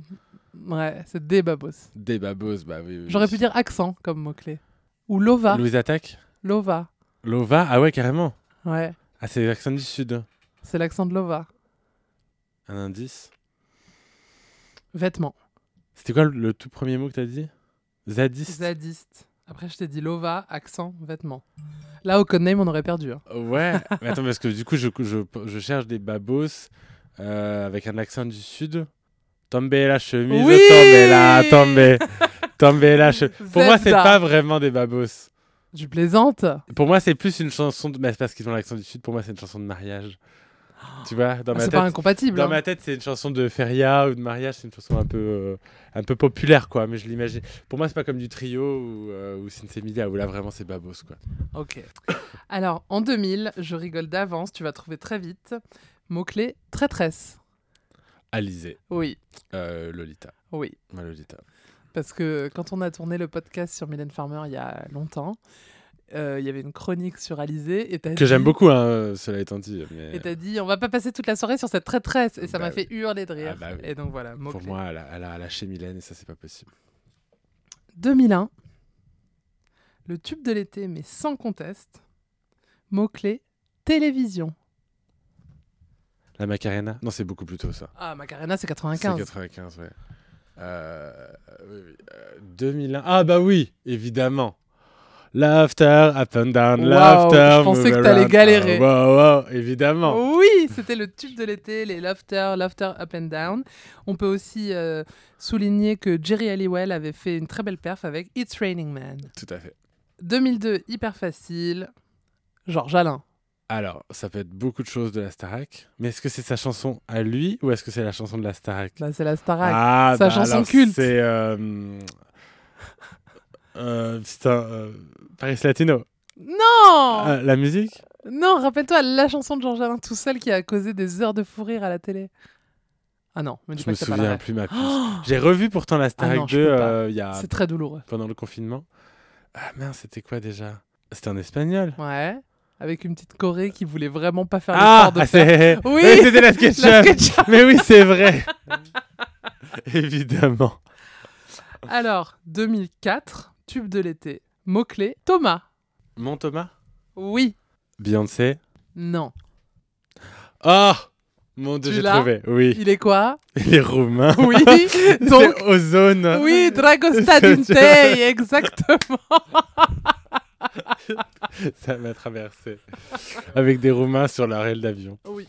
ouais, c'est des babos. Des babos, bah oui. oui, J'aurais oui. pu dire accent comme mot-clé. Ou lova, Louise Attaque lova, Lova Ah ouais, carrément. ouais, Ah, c'est l'accent du Sud. c'est l'accent de lova. Un indice. Vêtements, C'était quoi le, le tout premier mot que t'as dit Zadiste zadiste. Après je t'ai dit lova, accent, vêtements. Là au codename on aurait perdu. hein. Ouais. Mais attends, parce que du coup, je, je, je cherche des babos euh, avec un accent du Sud. Tombez la chemise, Oui tombez la, tombez. Tombez la chemise. Pour moi, c'est Zebda. pas vraiment des babos. Tu plaisantes Pour moi, c'est plus une chanson de. mais c'est parce qu'ils ont l'accent du Sud, pour moi, c'est une chanson de mariage. Tu vois, dans Ah, ma C'est tête. pas incompatible. Dans hein. ma tête, c'est une chanson de feria ou de mariage, c'est une chanson un peu, euh, un peu populaire, quoi. Mais je l'imagine. Pour moi, c'est pas comme du trio ou, euh, ou Sin Semilia, où là vraiment c'est babos, quoi. Ok. Alors, en 2000, je rigole d'avance, tu vas trouver très vite. Mot-clé traîtresse. Alizé, Oui, euh, Lolita, oui. ma Lolita. Parce que quand on a tourné le podcast sur Mylène Farmer il y a longtemps, euh, il y avait une chronique sur Alizé. Et t'as Que dit- j'aime beaucoup, hein, cela étant dit. Mais Et t'as dit, on va pas passer toute la soirée sur cette traîtresse. Et ça Bah m'a oui. fait hurler de rire. Ah bah oui. Et donc voilà, pour mot-clé. moi, elle a, elle a lâché Mylène et ça, c'est pas possible. 2001, le tube de l'été, mais sans conteste. Mot-clé télévision. La Macarena Non, c'est beaucoup plus tôt, ça. Ah, Macarena, c'est C'est 95. 95, ouais. Euh, oui, oui, euh, 2001. Ah, bah oui, évidemment. Laughter, up and down, Wow, laughter. je pensais move que t'allais around. galérer. Oh. Ah, wow, wow, évidemment. Oui, c'était le tube de l'été, les Laughter, Laughter Up and Down. On peut aussi euh, souligner que Jerry Halliwell avait fait une très belle perf avec It's Raining Man. Tout à fait. 2002, hyper facile. Georges Alain. Alors, ça peut être beaucoup de choses de la Starac, mais est-ce que c'est sa chanson à lui ou est-ce que c'est la chanson de la Starac Là, c'est la Starac. Ah, Sa bah chanson alors, culte. C'est. Euh... euh, putain, euh, Paris Latino. Non Ah, la musique Non, rappelle-toi la chanson de Georges Alain tout seul qui a causé des heures de fou rire à la télé. Ah non, me dis Je pas me que t'as pas la souviens ref. plus ma puce. Oh, J'ai revu pourtant la Star Ah non, Trek je 2 peux pas. euh, il y a- c'est très douloureux. pendant le confinement. Ah merde, c'était quoi déjà C'était en espagnol. Ouais. Avec une petite Corée qui voulait vraiment pas faire Ah, l'effort de ah, faire. c'est- Oui, Eh, c'était la SketchUp. La SketchUp. Mais oui, c'est vrai. Évidemment. Alors, 2004, tube de l'été. Mot-clé, Thomas. Mon Thomas Oui. Beyoncé. Non. Ah Mon dieu, Tu j'ai l'as trouvé. Oui. Il est quoi Les Roumains. Oui. Donc, C'est Ozone. oui, Dragosta Dinte, exactement. Ça m'a traversé. Avec des Roumains sur l'arrêt d'avion. Oui.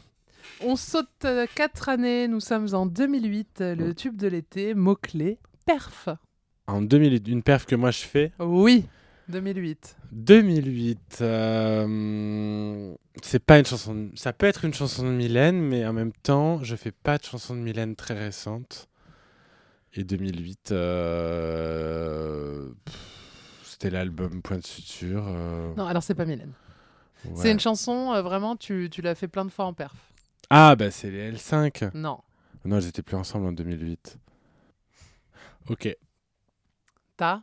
On saute 4 années, nous sommes en 2008, euh, le tube de l'été, mot-clé, perf. En 2008, une perf que moi je fais. Oui, 2008. 2008. euh, C'est pas une chanson. de- Ça peut être une chanson de Mylène, mais en même temps, je fais pas de chanson de Mylène très récente. Et 2008, euh, pff, c'était l'album Point de suture. euh, Non, alors c'est pas Mylène. ouais. C'est une chanson, euh, vraiment, tu, tu l'as fait plein de fois en perf. Ah, bah c'est les L5. Non. Non, ils étaient plus ensemble en 2008. Ok. T'as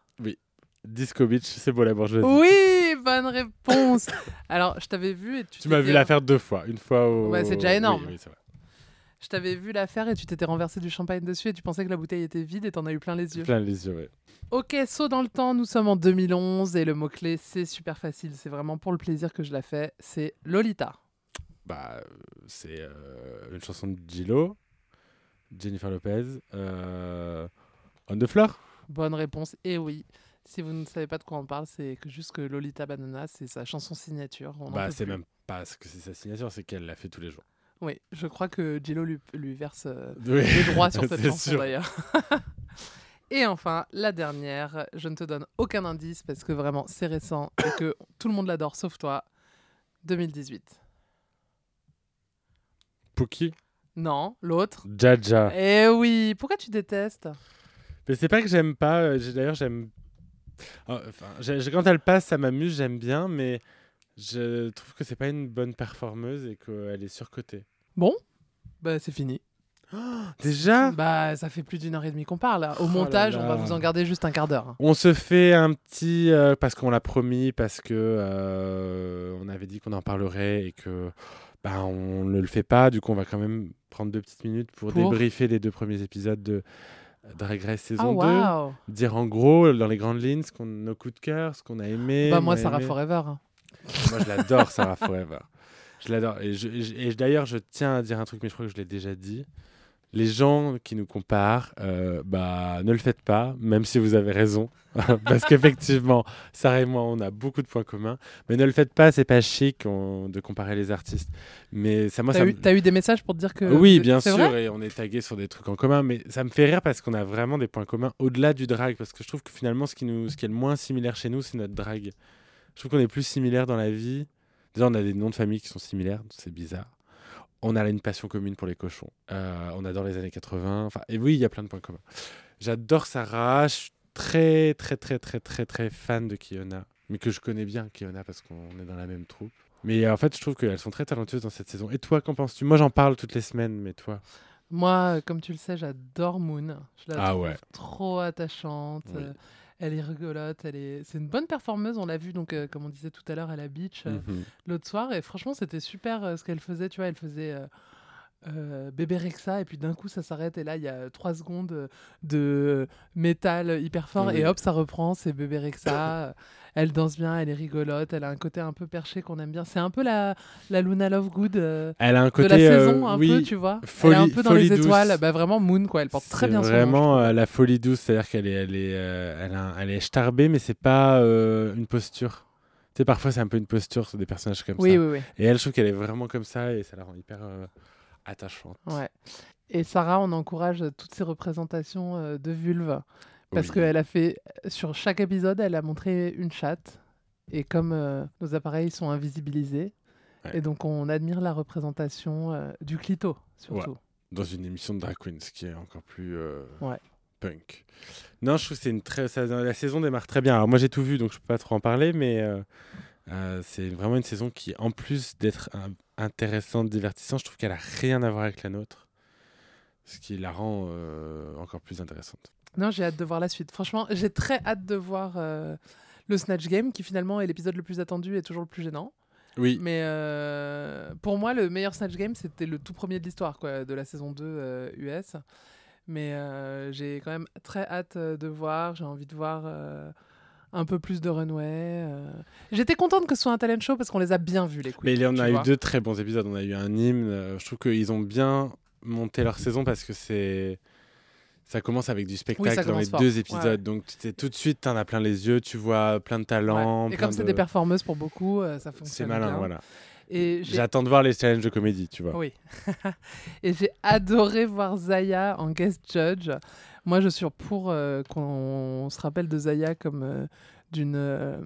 Disco Beach, c'est beau la bourgeoisie. Oui, bonne réponse. Alors, je t'avais vu et tu Tu m'as t'étais- vu la faire deux fois. Une fois au. Ouais, Bah, c'est déjà énorme. Oui, oui, c'est vrai. Je t'avais vu la faire et tu t'étais renversé du champagne dessus et tu pensais que la bouteille était vide et t'en as eu plein les yeux. Plein les yeux, ouais. Ok, saut dans le temps, nous sommes en 2011 et le mot-clé, c'est super facile. C'est vraiment pour le plaisir que je la fais. C'est Lolita. Bah, euh, c'est euh, une chanson de Gillo, Jennifer Lopez, euh, On the Floor. Bonne réponse, et oui. Si vous ne savez pas de quoi on parle, c'est que- juste que Lolita Banana, c'est sa chanson signature. On en bah, peut c'est plus. même pas ce que c'est sa signature, c'est qu'elle l'a fait tous les jours. Oui, je crois que Gillo lui, lui verse euh, Oui. des droits sur cette C'est chanson sûr. d'ailleurs. et enfin, la dernière, je ne te donne aucun indice parce que vraiment c'est récent et que tout le monde l'adore sauf toi. 2018. Pookie, Non, l'autre. Jaja. Eh oui, pourquoi tu détestes Mais c'est pas que j'aime pas. euh, j'ai- D'ailleurs, j'aime. Ah, Enfin, j'ai- j'ai- quand elle passe, ça m'amuse, j'aime bien, mais je trouve que c'est pas une bonne performeuse et qu'elle est surcotée. Bon, bah c'est fini. Ah, Déjà, Bah ça fait plus d'une heure et demie qu'on parle. Au Ah. Oh là montage, on va là. vous en garder juste un quart d'heure. on se fait un petit euh, parce qu'on l'a promis, parce que euh, on avait dit qu'on en parlerait et que bah, on ne le fait pas. Du coup, on va quand même prendre deux petites minutes pour, Pour débriefer les deux premiers épisodes de euh, Drag Race Ah saison 2. waouh Dire en gros, dans les grandes lignes, ce qu'on, nos coups de cœur, ce qu'on a aimé. Bah moi moins Sarah aimé. Forever. Moi, je l'adore, Sarah Forever. Je l'adore. Et, je- et je- et d'ailleurs, je tiens à dire un truc, mais je crois que je l'ai déjà dit. Les gens qui nous comparent, euh, bah, ne le faites pas, même si vous avez raison. Parce qu'effectivement, Sarah et moi, on a beaucoup de points communs. Mais ne le faites pas, c'est pas chic on- de comparer les artistes. Mais ça, moi, T'as ça eu, me- t'as eu des messages pour te dire que... Euh, oui, c'est- bien c'est sûr, vrai et on est tagué sur des trucs en commun, mais ça me fait rire parce qu'on a vraiment des points communs au-delà du drag, parce que je trouve que finalement, ce qui, nous, ce qui est le moins similaire chez nous, c'est notre drag. Je trouve qu'on est plus similaires dans la vie. Déjà, on a des noms de famille qui sont similaires, c'est bizarre. On a une passion commune pour les cochons. Euh, on adore les années 80. Enfin, et oui, il y a plein de points communs. J'adore Sarah. Je suis très, très, très, très, très, très fan de Kiona. Mais que je connais bien, Kiona, parce qu'on est dans la même troupe. Mais euh, en fait, je trouve qu'elles sont très talentueuses dans cette saison. Et toi, qu'en penses-tu Moi, j'en parle toutes les semaines, mais toi Moi, euh, comme tu le sais, j'adore Moon. Je la Ah trouve ouais. trop attachante. Oui. euh, Elle est rigolote, elle est. C'est une bonne performeuse. On l'a vu donc, euh, comme on disait tout à l'heure, à la beach Mhm. Mm. euh, l'autre soir. Et franchement, c'était super euh, ce qu'elle faisait. Tu vois, elle faisait euh, euh, bébé Rexa et puis d'un coup, ça s'arrête. Et là, il y a trois secondes euh, de métal hyper fort Oui. et hop, ça reprend. C'est bébé Rexa. elle danse bien, elle est rigolote. Elle a un côté un peu perché qu'on aime bien. C'est un peu la, la Luna Lovegood. euh, Elle a un de côté. la euh, saison un oui, peu tu vois folie- elle est un peu dans folie les douce. étoiles bah vraiment Moon quoi elle porte très c'est bien son nom, je vraiment trouve. euh, la folie douce, c'est-à-dire qu'elle est, elle est, euh, elle a un- elle est starbée, mais c'est pas euh, une posture. Tu sais, parfois, c'est un peu une posture sur des personnages comme oui ça. oui Et elle, je trouve qu'elle est vraiment comme ça et ça la rend hyper euh, attachante. oui ouais et Sarah on encourage toutes ces représentations euh, de vulve parce Oui. qu'elle a fait sur chaque épisode elle a montré une chatte et comme euh, nos appareils sont invisibilisés Ouais. et donc on admire la représentation euh, du clito surtout Dans une émission de Drag Queen, ce qui est encore plus euh, Ouais. punk. Non, je trouve que c'est une très. ça- la saison démarre très bien. Alors, moi, j'ai tout vu, donc je peux pas trop en parler, mais euh, euh, c'est vraiment une saison qui, en plus d'être un- intéressante, divertissante, je trouve qu'elle a rien à voir avec la nôtre. ce qui la rend euh, encore plus intéressante. Non, j'ai hâte de voir la suite. Franchement, j'ai très hâte de voir euh, le Snatch Game, qui finalement est l'épisode le plus attendu et toujours le plus gênant. Oui, Mais euh, pour moi, le meilleur Snatch Game, c'était le tout premier de l'histoire, quoi, de la saison 2 euh, US. Mais euh, j'ai quand même très hâte euh, de voir. J'ai envie de voir euh, un peu plus de runway. euh. J'étais contente que ce soit un talent show parce qu'on les a bien vus, les queens. mais il y en tu a eu vois. deux très bons épisodes. On a eu un hymne. euh, je trouve qu'ils ont bien monté leur saison parce que c'est. Ça commence avec du spectacle dans commence les fort. deux Ouais, épisodes. ouais. Donc t'es- tout de suite, t'en as plein les yeux, tu vois plein de talents. Ouais. Et plein comme c'est de- des performeuses pour beaucoup, euh, ça fonctionne. C'est malin, bien. voilà. Et j'ai J'attends de voir les challenges de comédie, tu vois. Oui. et j'ai adoré voir Zaya en guest judge. Moi, je suis pour euh, qu'on se rappelle de Zaya comme euh, d'une euh,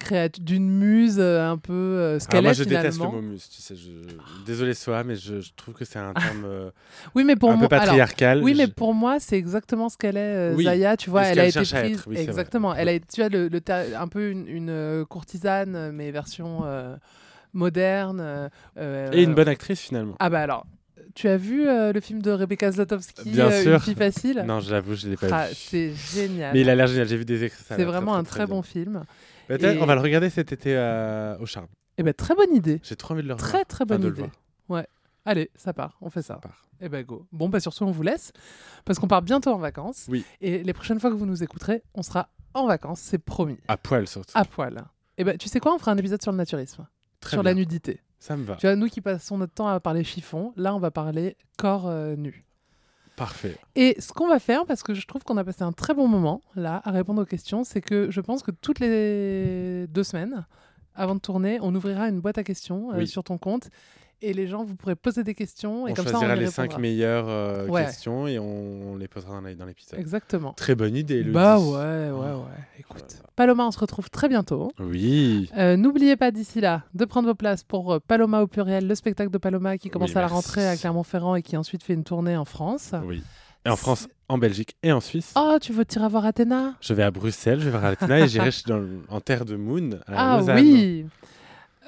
créatu- d'une muse euh, un peu euh, ce Alors qu'elle Ah, moi, est je finalement. déteste le mot muse, tu sais. Je... Désolé, Soa, mais je, je trouve que c'est un terme euh, oui, mais pour un moi, peu alors, patriarcal. oui, mais Je- pour moi, c'est exactement ce qu'elle est, euh, Oui. Zaya. Tu vois, Et ce elle a qu'elle été cherche à prise. être, oui, c'est vrai. exactement. Elle a, été- tu vois, le, le ter- un peu une, une, euh, courtisane, mais version euh, moderne. euh, euh, Et une bonne actrice, finalement. Ah bah alors, tu as vu euh, le film de Rebecca Zlotowski, Bien euh, Une sûr. fille facile Non, j'avoue, je l'ai pas Ah, vu. c'est génial. Mais il a l'air génial, j'ai vu des extraits. ça a C'est l'air vraiment un très, bien. bon film. Peut-être Et- on va le regarder cet été euh, au charme. Eh ben très bonne idée. J'ai trop envie de le regarder. Très très bonne de le idée. voir. Ouais. Allez, ça part, on fait ça. part. Eh ben go. Bon bah sur ce on vous laisse parce qu'on part bientôt en vacances. Oui. Et les prochaines fois que vous nous écouterez, on sera en vacances, c'est promis. À poil surtout. À poil. Eh ben tu sais quoi, on fera un épisode sur le naturisme, Très sur bien. la nudité. Ça me va. Tu vois, nous qui passons notre temps à parler chiffon, là on va parler corps euh, nu. Parfait. Et ce qu'on va faire, parce que je trouve qu'on a passé un très bon moment là à répondre aux questions, c'est que je pense que toutes les deux semaines, avant de tourner, on ouvrira une boîte à questions euh, Oui. sur ton compte et les gens vous pourrez poser des questions et on comme ça on choisira y les répondra. 5 meilleures euh, Ouais. questions et on, on les posera dans la- dans l'épisode. Exactement. Très bonne idée, Elodie. Bah ouais, ouais, ouais. Écoute, Paloma, on se retrouve très bientôt. Oui. Euh, N'oubliez pas d'ici là de prendre vos places pour euh, Paloma au pluriel, le spectacle de Paloma qui commence Oui, à la merci. rentrée à Clermont-Ferrand et qui ensuite fait une tournée en France. Oui. Et en France, en Belgique et en Suisse. Oh, tu veux tirer voir Athéna Je vais à Bruxelles, je vais vers Athena et j'irai ch- dans le- en terre de Moon à Ah Lausanne. oui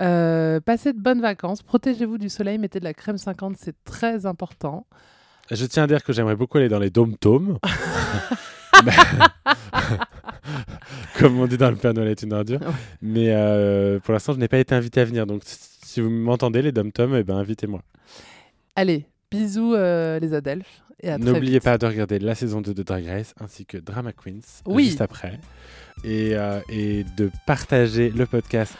Euh, Passez de bonnes vacances, protégez-vous du soleil, mettez de la crème 50, c'est très important. Je tiens à dire que j'aimerais beaucoup aller dans les dom-toms. Mais- Comme on dit dans le Père Noël est une ordure. Ouais. Mais euh, pour l'instant, je n'ai pas été invité à venir. Donc, si vous m'entendez, les dom-toms, eh ben, invitez-moi. Allez, bisous euh, les Adelphes et à très N'oubliez vite. pas de regarder la saison 2 de Drag Race ainsi que Drama Queens euh, Oui. juste après. Et, euh, et de partager le podcast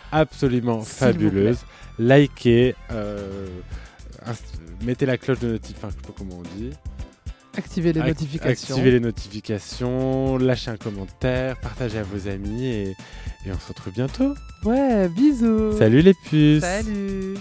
S'il absolument vous plaît. fabuleuse. Likez, euh, inst- mettez la cloche de notification, enfin, je sais pas comment on dit. Activez les Ac- notifications. Activez les notifications, lâchez un commentaire, partagez à vos amis et, et on se retrouve bientôt. Ouais, bisous Salut les puces Salut